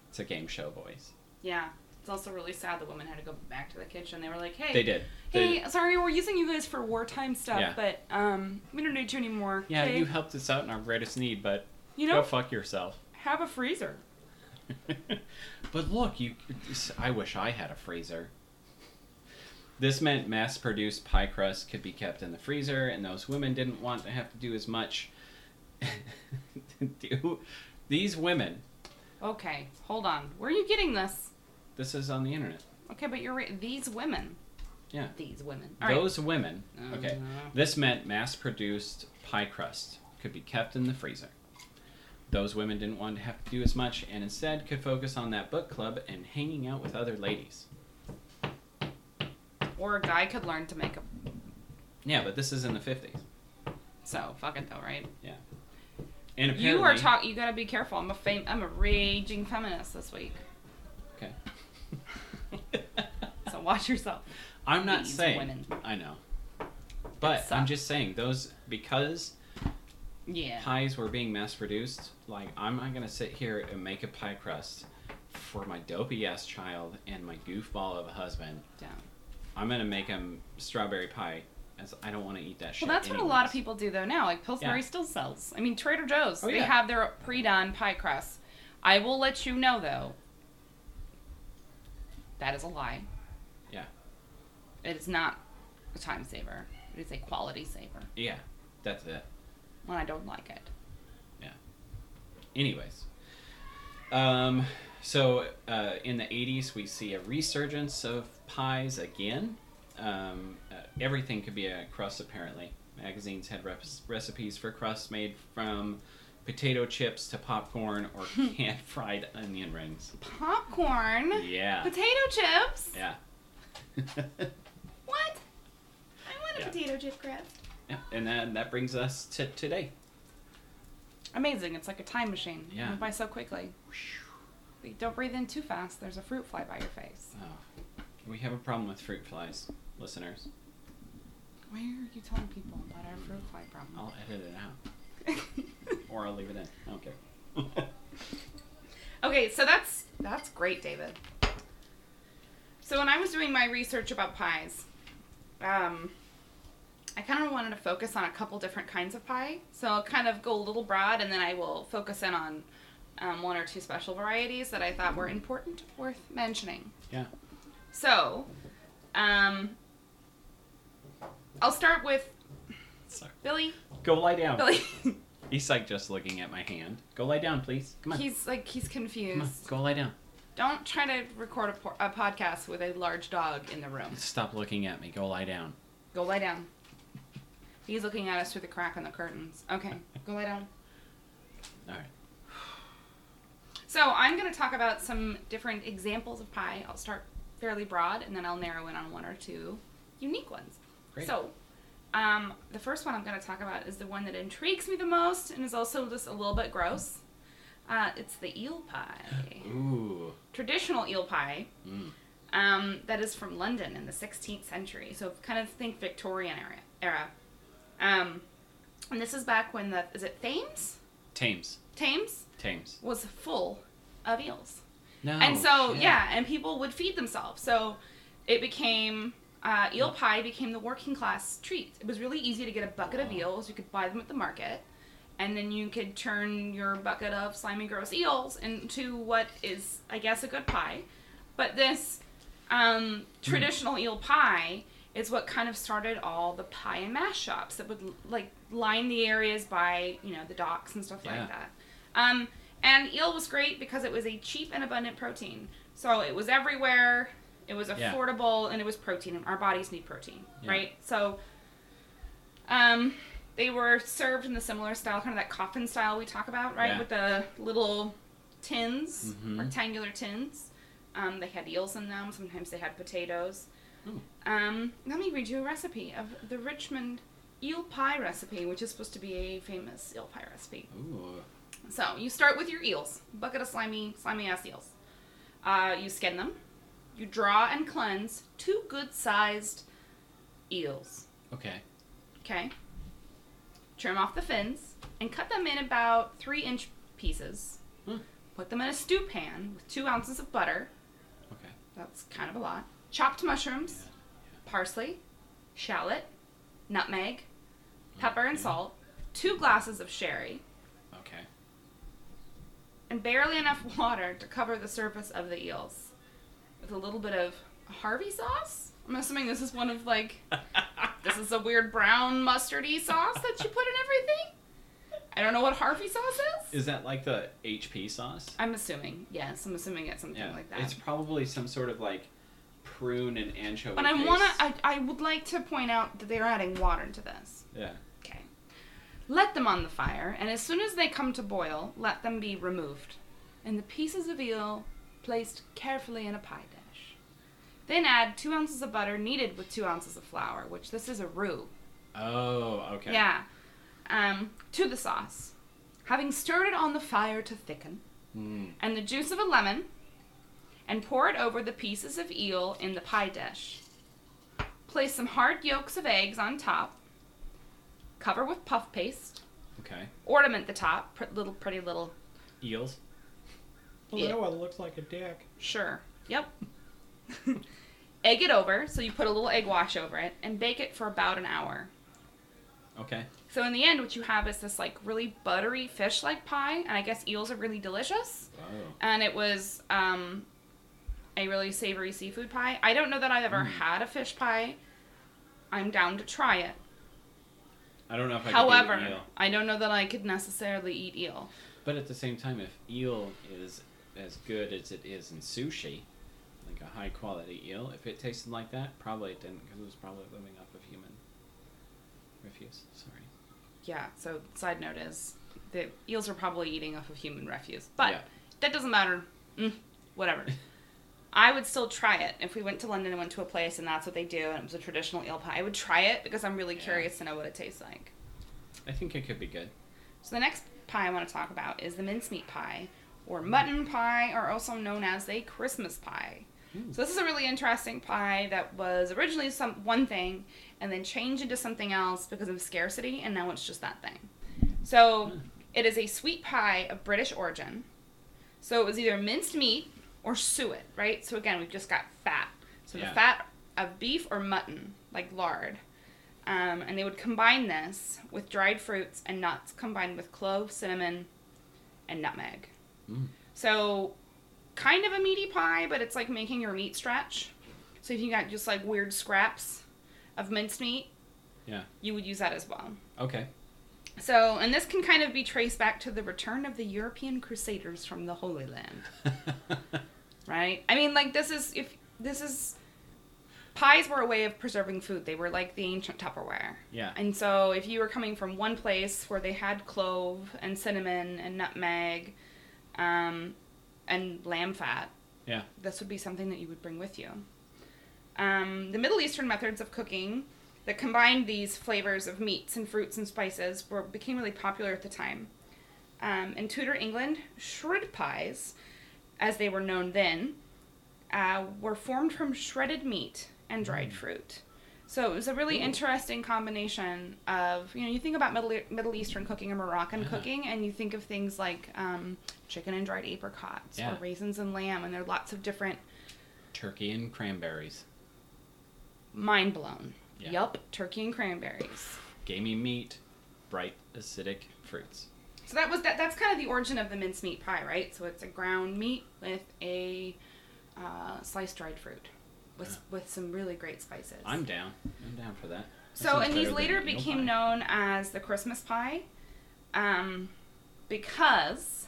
S2: It's a game show voice.
S1: Yeah. It's also really sad the woman had to go back to the kitchen. They were like, hey,
S2: They did. They-
S1: hey, sorry, we're using you guys for wartime stuff,
S2: Yeah.
S1: but um, we don't need you anymore.
S2: yeah,
S1: okay?
S2: you helped us out in our greatest need, but
S1: You
S2: go
S1: know,
S2: fuck yourself.
S1: have a freezer.
S2: but look, you. I wish I had a freezer. This meant mass produced pie crust could be kept in the freezer, and those women didn't want to have to do as much. do these women.
S1: Okay, hold on. Where are you getting this?
S2: This is on the internet.
S1: Okay, but you're right. These women.
S2: Yeah.
S1: These women. All right.
S2: those women.
S1: Uh,
S2: Okay. This meant mass produced pie crust could be kept in the freezer. Those women didn't want to have to do as much and instead could focus on that book club and hanging out with other ladies.
S1: Or a guy could learn to make a.
S2: Yeah, but this is in the 50s.
S1: So fuck it though, right?
S2: And apparently,
S1: You are talk. You gotta be careful. I'm a fam- I'm a raging feminist this week. So watch yourself.
S2: I'm not
S1: These
S2: saying.
S1: women.
S2: I know. But I'm
S1: suck.
S2: just saying those because
S1: Yeah.
S2: pies were being mass produced. Like I'm not gonna sit here and make a pie crust for my dopey ass child and my goofball of a husband.
S1: Yeah.
S2: I'm gonna make him strawberry pie. As I don't want to eat that shit.
S1: Well, that's what a lot of
S2: anyways.
S1: people do though now. Like Pillsbury
S2: Yeah.
S1: still sells. I mean, Trader Joe's.
S2: Oh,
S1: they
S2: yeah.
S1: have their pre-done pie crust. I will let you know though. That is a lie.
S2: Yeah.
S1: It is not a time saver. It is a quality saver,
S2: Yeah, that's it.
S1: and I don't like it.
S2: Anyways, um, so uh, in the '80s we see a resurgence of pies again. Um, uh, everything could be a crust apparently. Magazines had rep- recipes for crusts made from potato chips to popcorn or canned fried onion rings.
S1: Popcorn.
S2: Yeah,
S1: Potato chips.
S2: yeah.
S1: What? I want
S2: a Yeah.
S1: potato chip crust.
S2: Yeah, and then that brings us to today.
S1: Amazing. It's like a time machine. It
S2: Yeah.
S1: went by so quickly. But you Don't breathe in too fast. There's a fruit fly by your face.
S2: Oh, we have a problem with fruit flies, listeners.
S1: Why are you telling people about our fruit fly problem?
S2: I'll edit it out,
S1: Oh.
S2: or I'll leave it in. I don't care.
S1: okay, so that's that's great, David. So when I was doing my research about pies, um, I kind of wanted to focus on a couple different kinds of pie. So I'll kind of go a little broad, and then I will focus in on um, one or two special varieties that I thought were important, worth mentioning.
S2: yeah.
S1: So, um, I'll start with
S2: Sorry.
S1: Billy.
S2: Go lie down.
S1: Billy,
S2: He's like just looking at my hand. Go lie down, please. Come on.
S1: he's like he's
S2: Come on.
S1: confused.
S2: Go lie down.
S1: Don't try to record a, por- a podcast with a large dog in the room.
S2: Stop looking at me. Go lie down.
S1: Go lie down. He's looking at us through the crack in the curtains. Okay, go lie down.
S2: All right.
S1: So I'm going to talk about some different examples of pie. I'll start fairly broad, and then I'll narrow in on one or two unique ones.
S2: Great.
S1: So, um, the first one I'm going to talk about is the one that intrigues me the most, and is also just a little bit gross. Uh, it's the eel pie,
S2: Ooh.
S1: traditional eel pie.
S2: Mm.
S1: Um, that is from London in the 16th century, so kind of think Victorian era. era. Um, and this is back when the is it Thames?
S2: Thames.
S1: Thames
S2: Thames.
S1: was full of eels
S2: No.
S1: and so
S2: Oh, shit.
S1: yeah and people would feed themselves so it became uh, eel
S2: Mm.
S1: pie became the working class treat it was really easy to get a bucket of
S2: Wow.
S1: eels you could buy them at the market and then you could turn your bucket of slimy gross eels into what is i guess a good pie but this
S2: Mm.
S1: um, traditional eel pie is what kind of started all the pie and mash shops that would like line the areas by you know the docks and stuff
S2: Yeah.
S1: like that um, and eel was great because it was a cheap and abundant protein. So it was everywhere, it was
S2: Yeah.
S1: affordable, and it was protein. And our bodies need protein,
S2: Yeah.
S1: right? So um, they were served in the similar style, kind of that coffin style we talk about, right?
S2: Yeah.
S1: With the little tins,
S2: Mhm.
S1: rectangular tins. Um, they had eels in them, sometimes they had potatoes.
S2: Ooh.
S1: Um, let me read you a recipe of the Richmond eel pie recipe, which is supposed to be a famous eel pie recipe.
S2: Ooh.
S1: So you start with your eels, bucket of slimy, slimy ass eels. Uh, you skin them. You draw and cleanse two good-sized eels.
S2: Okay.
S1: Okay. Trim off the fins and cut them in about three-inch pieces.
S2: Hmm.
S1: Put them in a stew pan with two ounces of butter.
S2: Okay.
S1: That's kind of a lot. Chopped mushrooms, parsley, shallot, nutmeg, pepper and
S2: Mhm.
S1: salt, two glasses of sherry,
S2: Okay.
S1: and barely enough water to cover the surface of the eels. With a little bit of Harvey sauce? I'm assuming this is one of like this is a weird brown mustardy sauce that you put in everything. I don't know what Harvey sauce is.
S2: Is that like the HP sauce?
S1: I'm assuming. Yes, I'm assuming it's something
S2: Yeah.
S1: like that.
S2: It's probably some sort of like prune and anchovy.
S1: but I
S2: paste.
S1: wanna I, I would like to point out that they're adding water to this.
S2: Yeah.
S1: Okay. Let them on the fire, and as soon as they come to boil, let them be removed, and the pieces of eel placed carefully in a pie dish. Then add two ounces of butter kneaded with two ounces of flour, which this is a roux.
S2: Oh. Okay.
S1: Yeah. Um, to the sauce. Having stirred it on the fire to thicken,
S2: Mm.
S1: and the juice of a lemon, and pour it over the pieces of eel in the pie dish. Place some hard yolks of eggs on top. Cover with puff paste.
S2: Okay.
S1: Ornament the top. Pr- little pretty little.
S2: Eels.
S1: Well, that Yeah.
S2: one looks like a dick.
S1: Sure. Yep. egg it over, so you put a little egg wash over it, and bake it for about an hour.
S2: Okay.
S1: So in the end, what you have is this like really buttery fish-like pie, and I guess eels are really delicious.
S2: Oh.
S1: and it was um, a really savory seafood pie. I don't know that I've ever
S2: Mm.
S1: had a fish pie. I'm down to try it.
S2: I don't know if I could do an
S1: However,
S2: eel.
S1: I don't know that I could necessarily eat eel.
S2: But at the same time, if eel is as good as it is in sushi, like a high quality eel, if it tasted like that, probably it didn't because it was probably living off of human refuse. Sorry.
S1: Yeah. So side note is the eels are probably eating off of human refuse, but
S2: Yeah.
S1: that doesn't matter. Mm, whatever. I would still try it if we went to London and went to a place and that's what they do and it was a traditional eel pie. I would try it because I'm really
S2: Yeah.
S1: curious to know what it tastes like.
S2: I think it could be good.
S1: So the next pie I want to talk about is the mincemeat pie, or mutton pie, or also known as the Christmas pie.
S2: Hmm.
S1: So this is a really interesting pie that was originally some one thing, and then changed into something else because of scarcity, and now it's just that thing. So
S2: Hmm.
S1: it is a sweet pie of British origin. So it was either minced meat or suet, right? So again, we've just got fat. So the
S2: Yeah.
S1: fat of beef or mutton, like lard. Um, and they would combine this with dried fruits and nuts, combined with clove, cinnamon, and nutmeg.
S2: Mm.
S1: So, kind of a meaty pie, but it's like making your meat stretch. So if you got just like weird scraps of mincemeat,
S2: Yeah.
S1: you would use that as well.
S2: Okay.
S1: So, and this can kind of be traced back to the return of the European crusaders from the Holy Land, right? I mean, like this is if this is pies were a way of preserving food. They were like the ancient Tupperware.
S2: yeah.
S1: And so, if you were coming from one place where they had clove and cinnamon and nutmeg um, and lamb fat,
S2: Yeah.
S1: this would be something that you would bring with you. Um, the Middle Eastern methods of cooking that combined these flavors of meats and fruits and spices were became really popular at the time. Um, in Tudor England, shred pies, as they were known then, uh, were formed from shredded meat and dried fruit. So it was a really
S2: Ooh.
S1: interesting combination of you know you think about Middle E, Middle Eastern cooking or Moroccan
S2: Yeah.
S1: cooking, and you think of things like um, chicken and dried apricots
S2: Yeah.
S1: or raisins and lamb, and there are lots of different
S2: Turkey and cranberries.
S1: mind blown.
S2: Yeah.
S1: Yup, turkey and cranberries.
S2: Gamey meat, bright acidic fruits.
S1: So that was that. That's kind of the origin of the mincemeat pie, right? So it's a ground meat with a uh, sliced dried fruit, with
S2: Yeah.
S1: with some really great spices.
S2: I'm down. I'm down for that. That
S1: so
S2: sounds
S1: and these
S2: better than
S1: later
S2: an eel
S1: became
S2: pie.
S1: known as the Christmas pie, um, because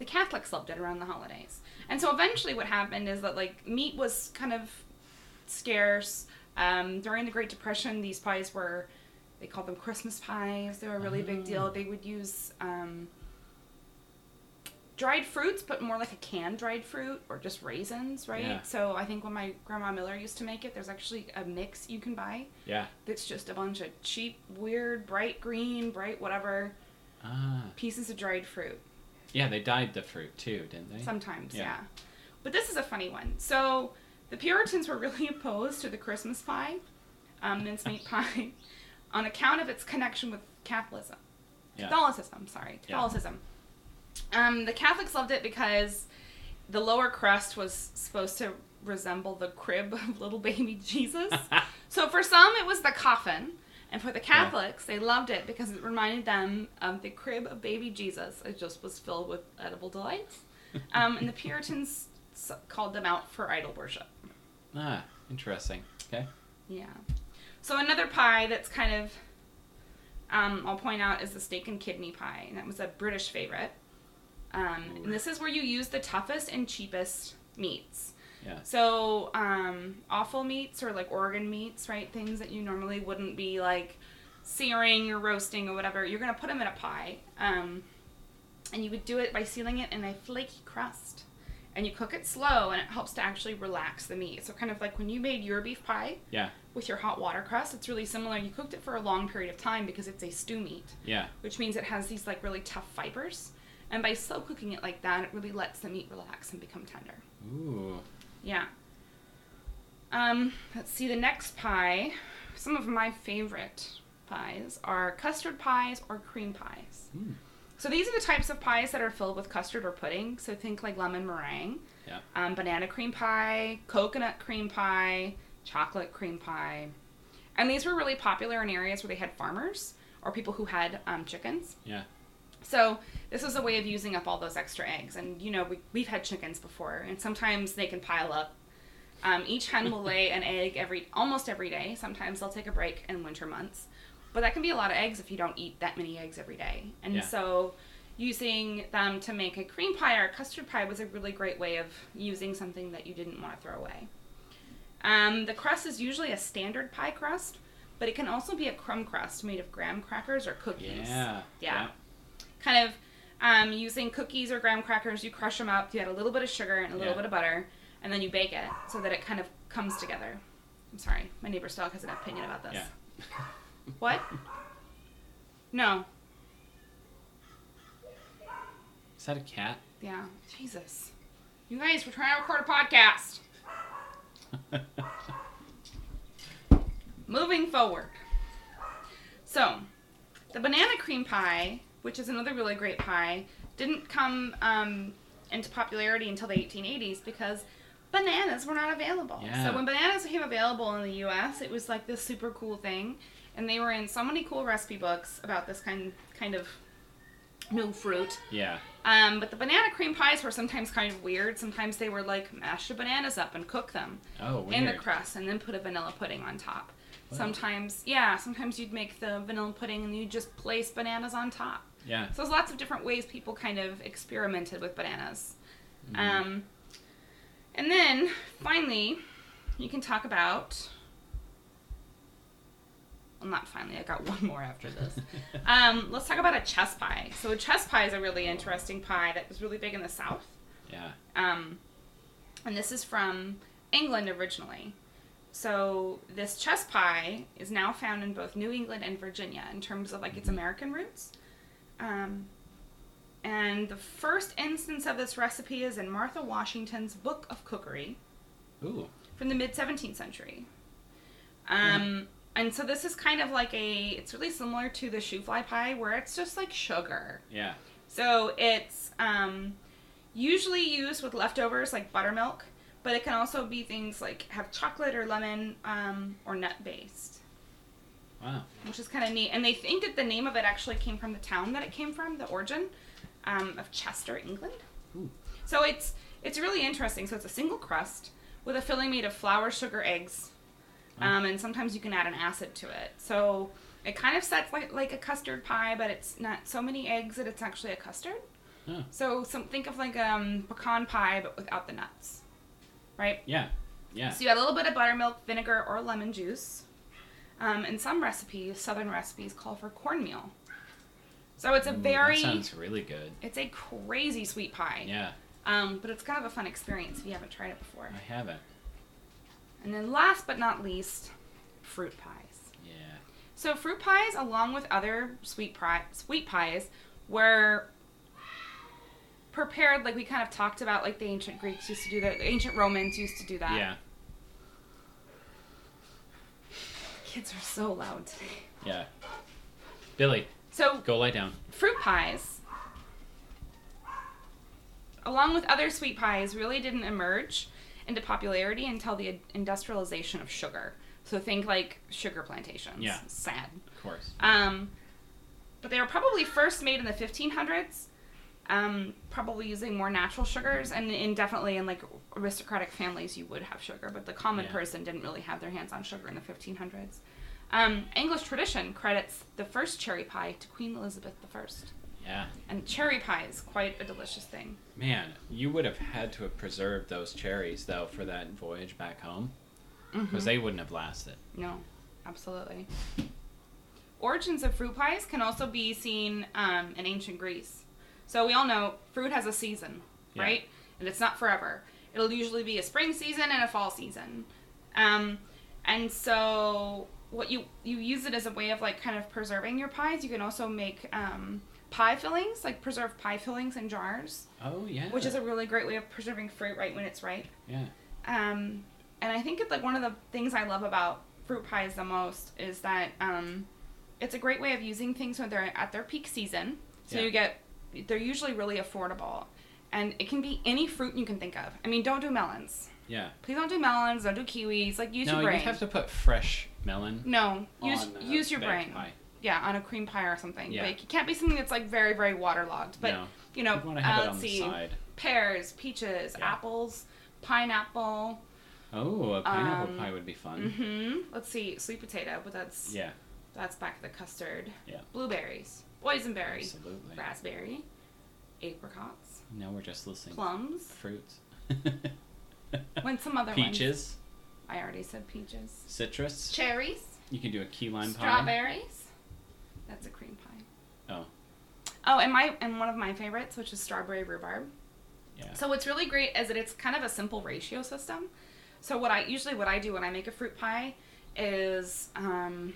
S1: the Catholics loved it around the holidays. And so eventually, what happened is that like meat was kind of scarce. Um, during the Great Depression, these pies were they called them Christmas pies. They were a really big deal.
S2: Oh.
S1: They would use um, dried fruits, but more like a canned dried fruit or just raisins, right?
S2: Yeah.
S1: So I think when my grandma Miller used to make it, there's actually a mix you can buy
S2: Yeah.
S1: that's just a bunch of cheap, weird, bright green, bright whatever
S2: Ah.
S1: pieces of dried fruit.
S2: Yeah, they dyed the fruit too, didn't they?
S1: Sometimes, yeah.
S2: Yeah.
S1: But this is a funny one. So the Puritans were really opposed to the Christmas pie, um, mincemeat pie, on account of its connection with Catholicism.
S2: Yeah.
S1: Catholicism, sorry,
S2: Yeah.
S1: Catholicism. Um, the Catholics loved it because the lower crust was supposed to resemble the crib of little baby Jesus. so for some, it was the coffin. And for the Catholics, they loved it because it reminded them of the crib of baby Jesus. It just was filled with edible delights. Um, and the Puritans s- called them out for idol worship.
S2: ah, interesting. Okay.
S1: Yeah. So another pie that's kind of, um, I'll point out is the steak and kidney pie, and that was a British favorite. Um, and this is where you use the toughest and cheapest meats.
S2: Yeah.
S1: So um, offal meats or like Oregon meats, right? Things that you normally wouldn't be like searing or roasting or whatever. You're gonna put them in a pie, um, and you would do it by sealing it in a flaky crust. And you cook it slow, and it helps to actually relax the meat. So kind of like when you made your beef pie
S2: Yeah.
S1: with your hot water crust. It's really similar. You cooked it for a long period of time because it's a stew meat,
S2: Yeah.
S1: which means it has these like really tough fibers. And by slow cooking it like that, it really lets the meat relax and become tender.
S2: Ooh.
S1: Yeah. Um, let's see the next pie. Some of my favorite pies are custard pies or cream pies.
S2: Hmm.
S1: So these are the types of pies that are filled with custard or pudding. So think like lemon meringue,
S2: Yeah.
S1: um, banana cream pie, coconut cream pie, chocolate cream pie. And these were really popular in areas where they had farmers or people who had um, chickens.
S2: Yeah.
S1: So this was a way of using up all those extra eggs. And you know, we, we've had chickens before, and sometimes they can pile up. Um, each hen will lay an egg every almost every day. Sometimes they'll take a break in winter months, but that can be a lot of eggs if you don't eat that many eggs every day. And
S2: Yeah.
S1: so, using them to make a cream pie or a custard pie was a really great way of using something that you didn't want to throw away. Um, the crust is usually a standard pie crust, but it can also be a crumb crust made of graham crackers or cookies
S2: Yeah.
S1: Yeah. kind of um, using cookies or graham crackers. You crush them up. You add a little bit of sugar and a little
S2: Yeah.
S1: bit of butter, and then you bake it so that it kind of comes together. I'm sorry, my neighbor's dog has an opinion about this.
S2: Yeah.
S1: What? No.
S2: Is that a cat?
S1: Yeah. Jesus. You guys, we're trying to record a podcast. Moving forward. So, the banana cream pie, which is another really great pie, didn't come um, into popularity until the 1880s because bananas were not available.
S2: Yeah.
S1: So, when bananas became available in the US, it was like this super cool thing. And they were in so many cool recipe books about this kind, kind of new fruit.
S2: Yeah.
S1: Um, but the banana cream pies were sometimes kind of weird. Sometimes they were like mash the bananas up and cook them
S2: Oh, weird.
S1: in the crust and then put a vanilla pudding on top.
S2: Wow.
S1: Sometimes, yeah, sometimes you'd make the vanilla pudding and you just place bananas on top.
S2: Yeah.
S1: So there's lots of different ways people kind of experimented with bananas.
S2: Mm-hmm.
S1: Um, and then finally, you can talk about. Well, not finally. I got one more after this. um, let's talk about a chess pie. So a chess pie is a
S2: Oh.
S1: really interesting pie that was really big in the South.
S2: Yeah.
S1: Um, and this is from England originally. So this chess pie is now found in both New England and Virginia in terms of like its American roots. Um, and the first instance of this recipe is in Martha Washington's Book of Cookery
S2: Ooh.
S1: from the mid 17th century. Um, And so this is kind of like a, it's really similar to the shoe fly pie where it's just like sugar.
S2: Yeah.
S1: So it's um, usually used with leftovers like buttermilk, but it can also be things like have chocolate or lemon um, or nut based,
S2: Wow.
S1: which is kind of neat. And they think that the name of it actually came from the town that it came from, the origin um, of Chester, England.
S2: Ooh.
S1: So it's it's really interesting. So it's a single crust with a filling made of flour, sugar, eggs, um, and sometimes you can add an acid to it. So it kind of sets like like a custard pie, but it's not so many eggs that it's actually a custard.
S2: Oh.
S1: So some think of like um pecan pie but without the nuts, right?
S2: Yeah. Yeah.
S1: So you add a little bit of buttermilk, vinegar, or lemon juice. Um, and some recipes, southern recipes, call for cornmeal. So it's a
S2: Ooh,
S1: very
S2: That sounds really good.
S1: it's a crazy sweet pie.
S2: Yeah.
S1: Um, but it's kind of a fun experience if you haven't tried it before.
S2: I haven't.
S1: And then last but not least, fruit pies.
S2: Yeah.
S1: So fruit pies, along with other sweet pri- sweet pies, were prepared like we kind of talked about, like the ancient Greeks used to do that, the ancient Romans used to do that.
S2: Yeah.
S1: Kids are so loud today.
S2: Yeah. Billy,
S1: So
S2: go lie down.
S1: fruit pies along with other sweet pies, really didn't emerge into popularity until the industrialization of sugar. So think like sugar plantations.
S2: Yeah.
S1: Sad.
S2: Of course.
S1: Um, but they were probably first made in the 1500s, um, probably using more natural sugars, and, and definitely in like aristocratic families you would have sugar, but the common
S2: Yeah.
S1: person didn't really have their hands on sugar in the 1500s. Um, English tradition credits the first cherry pie to Queen Elizabeth I,
S2: Yeah.
S1: and cherry pie is quite a delicious thing.
S2: Man, you would have had to have preserved those cherries though for that voyage back home because they wouldn't have lasted.
S1: No, absolutely. Origins of fruit pies can also be seen um, in ancient Greece. So we all know fruit has a season,
S2: Yeah.
S1: right? And it's not forever. It'll usually be a spring season and a fall season. Um, and so what you you use it as a way of like kind of preserving your pies. You can also make um, pie fillings, like preserved pie fillings in jars,
S2: Oh yeah.
S1: which is a really great way of preserving fruit right when it's ripe.
S2: yeah.
S1: Um, and I think it's like one of the things I love about fruit pies the most is that um, it's a great way of using things when they're at their peak season. So
S2: Yeah.
S1: you get they're usually really affordable, and it can be any fruit you can think of. I mean, don't do melons.
S2: Yeah.
S1: Please don't do melons. Don't do kiwis. Like use
S2: no,
S1: your
S2: you
S1: brain.
S2: have to put fresh melon.
S1: no, use
S2: on, uh,
S1: use your
S2: baked
S1: brain.
S2: pie.
S1: Yeah, on a cream pie or something.
S2: Yeah.
S1: Like it can't be something that's like very very waterlogged. But
S2: No.
S1: you know,
S2: You want to have
S1: uh,
S2: it
S1: let's
S2: on the
S1: see,
S2: side.
S1: pears, peaches,
S2: Yeah.
S1: apples, pineapple.
S2: Oh, a pineapple
S1: Um,
S2: pie would be fun.
S1: hmm Let's see, sweet potato, but that's
S2: Yeah,
S1: that's back of the custard.
S2: Yeah.
S1: Blueberries, boysenberry,
S2: absolutely.
S1: raspberry, apricots,
S2: Now we're just listening.
S1: plums.
S2: Fruits.
S1: When some other ones.
S2: Peaches,
S1: I already said peaches.
S2: citrus.
S1: Cherries,
S2: you can do a key lime pie.
S1: strawberries. That's a cream pie.
S2: Oh,
S1: Oh, and my and one of my favorites, which is strawberry rhubarb.
S2: yeah.
S1: So what's really great is that it's kind of a simple ratio system. So what I usually what I do when I make a fruit pie is um,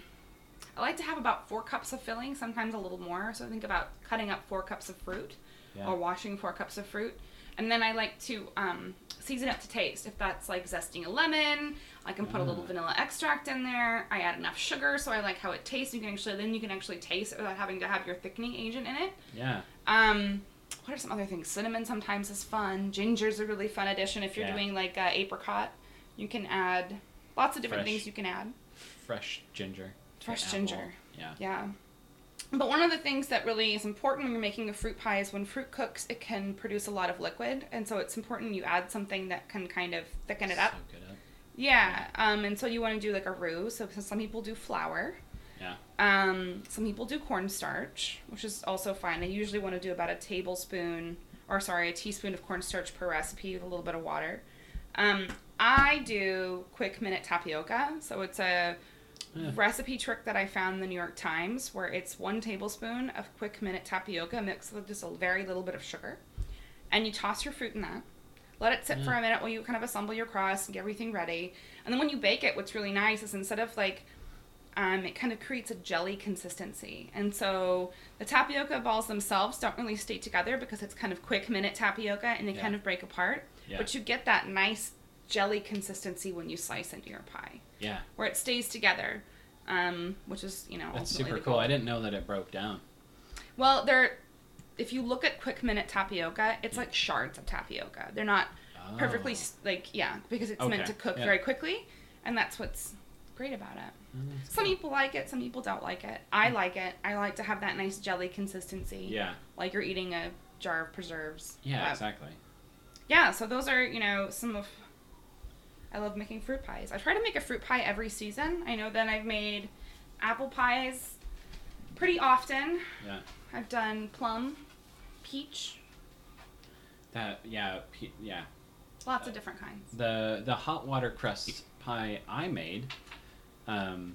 S1: I like to have about four cups of filling, sometimes a little more. So think about cutting up four cups of fruit
S2: Yeah.
S1: or washing four cups of fruit, and then I like to um, season it to taste. If that's like zesting a lemon, I can put a little
S2: Ah.
S1: vanilla extract in there. I add enough sugar, so I like how it tastes. You can actually then you can actually taste it without having to have your thickening agent in it.
S2: yeah.
S1: Um, what are some other things? Cinnamon sometimes is fun. Ginger's a really fun addition. If you're
S2: Yeah.
S1: doing like uh, apricot, you can add lots of different
S2: Fresh.
S1: things you can add.
S2: Fresh ginger. to
S1: Fresh
S2: apple.
S1: ginger.
S2: Yeah.
S1: Yeah. But one of the things that really is important when you're making a fruit pie is when fruit cooks, it can produce a lot of liquid. And so it's important you add something that can kind of thicken it up.
S2: Soak it up.
S1: Yeah. Um, and so you want to do like a roux. So some people do flour.
S2: Yeah.
S1: Um, some people do cornstarch, which is also fine. I usually want to do about a tablespoon, or sorry, a teaspoon of cornstarch per recipe with a little bit of water. Um, I do quick minute tapioca, so it's a
S2: Yeah.
S1: recipe trick that I found in the New York Times where it's one tablespoon of quick minute tapioca mixed with just a very little bit of sugar, and you toss your fruit in that. Let it sit for
S2: Yeah.
S1: a minute while you kind of assemble your crust and get everything ready. And then when you bake it, what's really nice is instead of like um, it kind of creates a jelly consistency. And so the tapioca balls themselves don't really stay together because it's kind of quick minute tapioca and they
S2: Yeah.
S1: kind of break apart.
S2: Yeah.
S1: But you get that nice jelly consistency when you slice into your pie,
S2: Yeah.
S1: where it stays together, um, which is, you know,
S2: That's
S1: ultimately
S2: super
S1: the
S2: cool.
S1: goal.
S2: I didn't know that it broke down.
S1: Well, they're, if you look at quick minute tapioca, it's like shards of tapioca. They're not perfectly,
S2: Oh.
S1: s like, yeah, because it's meant
S2: Okay,
S1: to cook
S2: yeah.
S1: very quickly. And that's what's great about it.
S2: Oh, that's
S1: Some
S2: cool.
S1: people like it, some people don't like it. I like it. I like to have that nice jelly consistency.
S2: Mm. Yeah.
S1: Like you're eating a jar of preserves.
S2: Yeah.
S1: But-
S2: exactly.
S1: Yeah, so those are, you know, some of I love making fruit pies. I try to make a fruit pie every season. I know then I've made apple pies pretty often.
S2: Yeah.
S1: I've done plum, peach,
S2: That. Yeah. Pe- yeah.
S1: lots
S2: Uh,
S1: of different kinds.
S2: the the hot water crust pie I made um,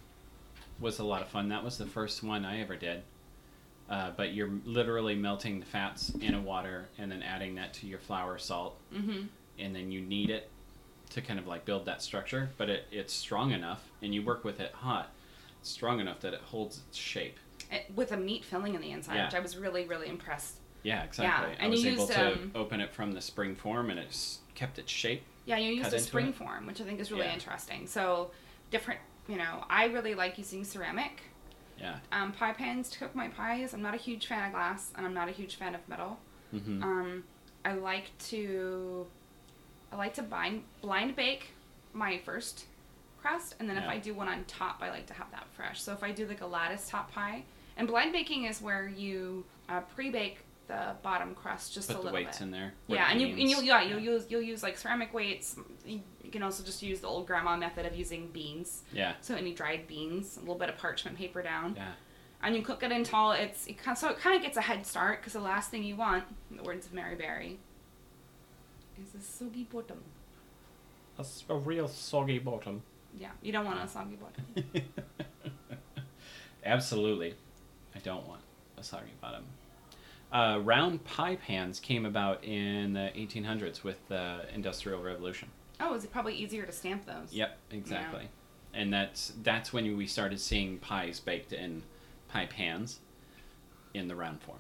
S2: was a lot of fun. That was the first one I ever did. Uh, but you're literally melting the fats in a water and then adding that to your flour, salt,
S1: Mhm.
S2: and then you knead it to kind of like build that structure. But it, it's strong enough, and you work with it hot, strong enough that it holds its shape.
S1: It- With a meat filling in the inside,
S2: Yeah.
S1: which I was really really impressed.
S2: Yeah, exactly. I
S1: and
S2: was
S1: you
S2: able
S1: used,
S2: to
S1: um,
S2: open it from the spring form, and it's kept its shape.
S1: Yeah, you used
S2: cut
S1: a
S2: into
S1: spring
S2: it.
S1: form, which I think is really
S2: Yeah.
S1: interesting. So different, you know, I really like using ceramic
S2: Yeah.
S1: um, pie pans to cook my pies. I'm not a huge fan of glass, and I'm not a huge fan of metal.
S2: hmm
S1: Um, I like to I like to bind, blind bake my first crust, and then if
S2: Yeah.
S1: I do one on top, I like to have that fresh. So if I do like a lattice top pie, and blind baking is where you uh, pre-bake the bottom crust just a
S2: Put the
S1: little
S2: weights
S1: bit.
S2: in there. with
S1: Yeah, and you and
S2: beans.
S1: you'll yeah you'll use you'll use like ceramic weights. You you can also just use the old grandma method of using beans.
S2: Yeah.
S1: So any dried beans, a little bit of parchment paper down,
S2: Yeah.
S1: and you cook it until it's it kind so it kind of gets a head start because the last thing you want, in the words of Mary Berry, is a soggy bottom.
S2: That's a real soggy bottom.
S1: Yeah, you don't want a soggy bottom.
S2: Absolutely. I don't want a soggy bottom. Uh, round pie pans came about in the 1800s with the Industrial Revolution.
S1: Oh, is it probably easier to stamp those?
S2: Yep, exactly. And that's that's when we started seeing pies baked in pie pans in the round form.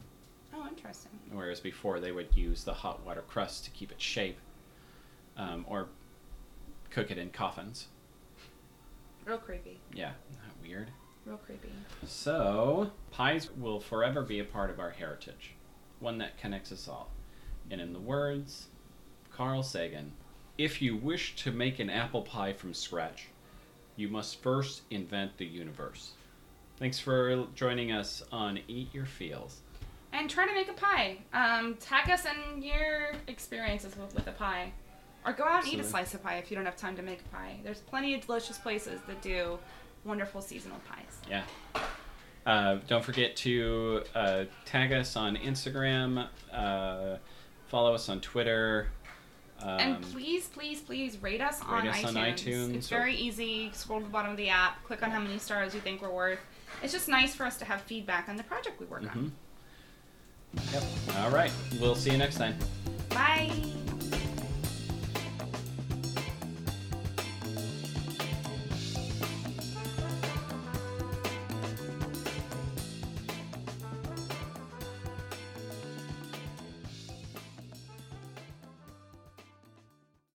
S1: Oh, interesting.
S2: Whereas before they would use the hot water crust to keep its shape, um, or cook it in coffins.
S1: Real creepy.
S2: Yeah, isn't that weird.
S1: Real creepy.
S2: So, pies will forever be a part of our heritage, one that connects us all. And in the words, Carl Sagan, if you wish to make an apple pie from scratch, you must first invent the universe. Thanks for joining us on Eat Your Feels.
S1: And try to make a pie. Um, tag us in your experiences with, with a pie. Or go out and eat a
S2: Absolutely.
S1: slice of pie if you don't have time to make a pie. There's plenty of delicious places that do wonderful seasonal pies.
S2: Yeah. Uh, don't forget to uh, tag us on Instagram, uh, follow us on Twitter. Um,
S1: and please, please, please rate us, on,
S2: us
S1: iTunes.
S2: on iTunes
S1: It's
S2: or-
S1: very easy. Scroll to the bottom of the app, click on how many stars you think we're worth. It's just nice for
S2: mm-hmm.
S1: us to have feedback on the project we work on.
S2: Mhm. Yep. All right. We'll see you next time.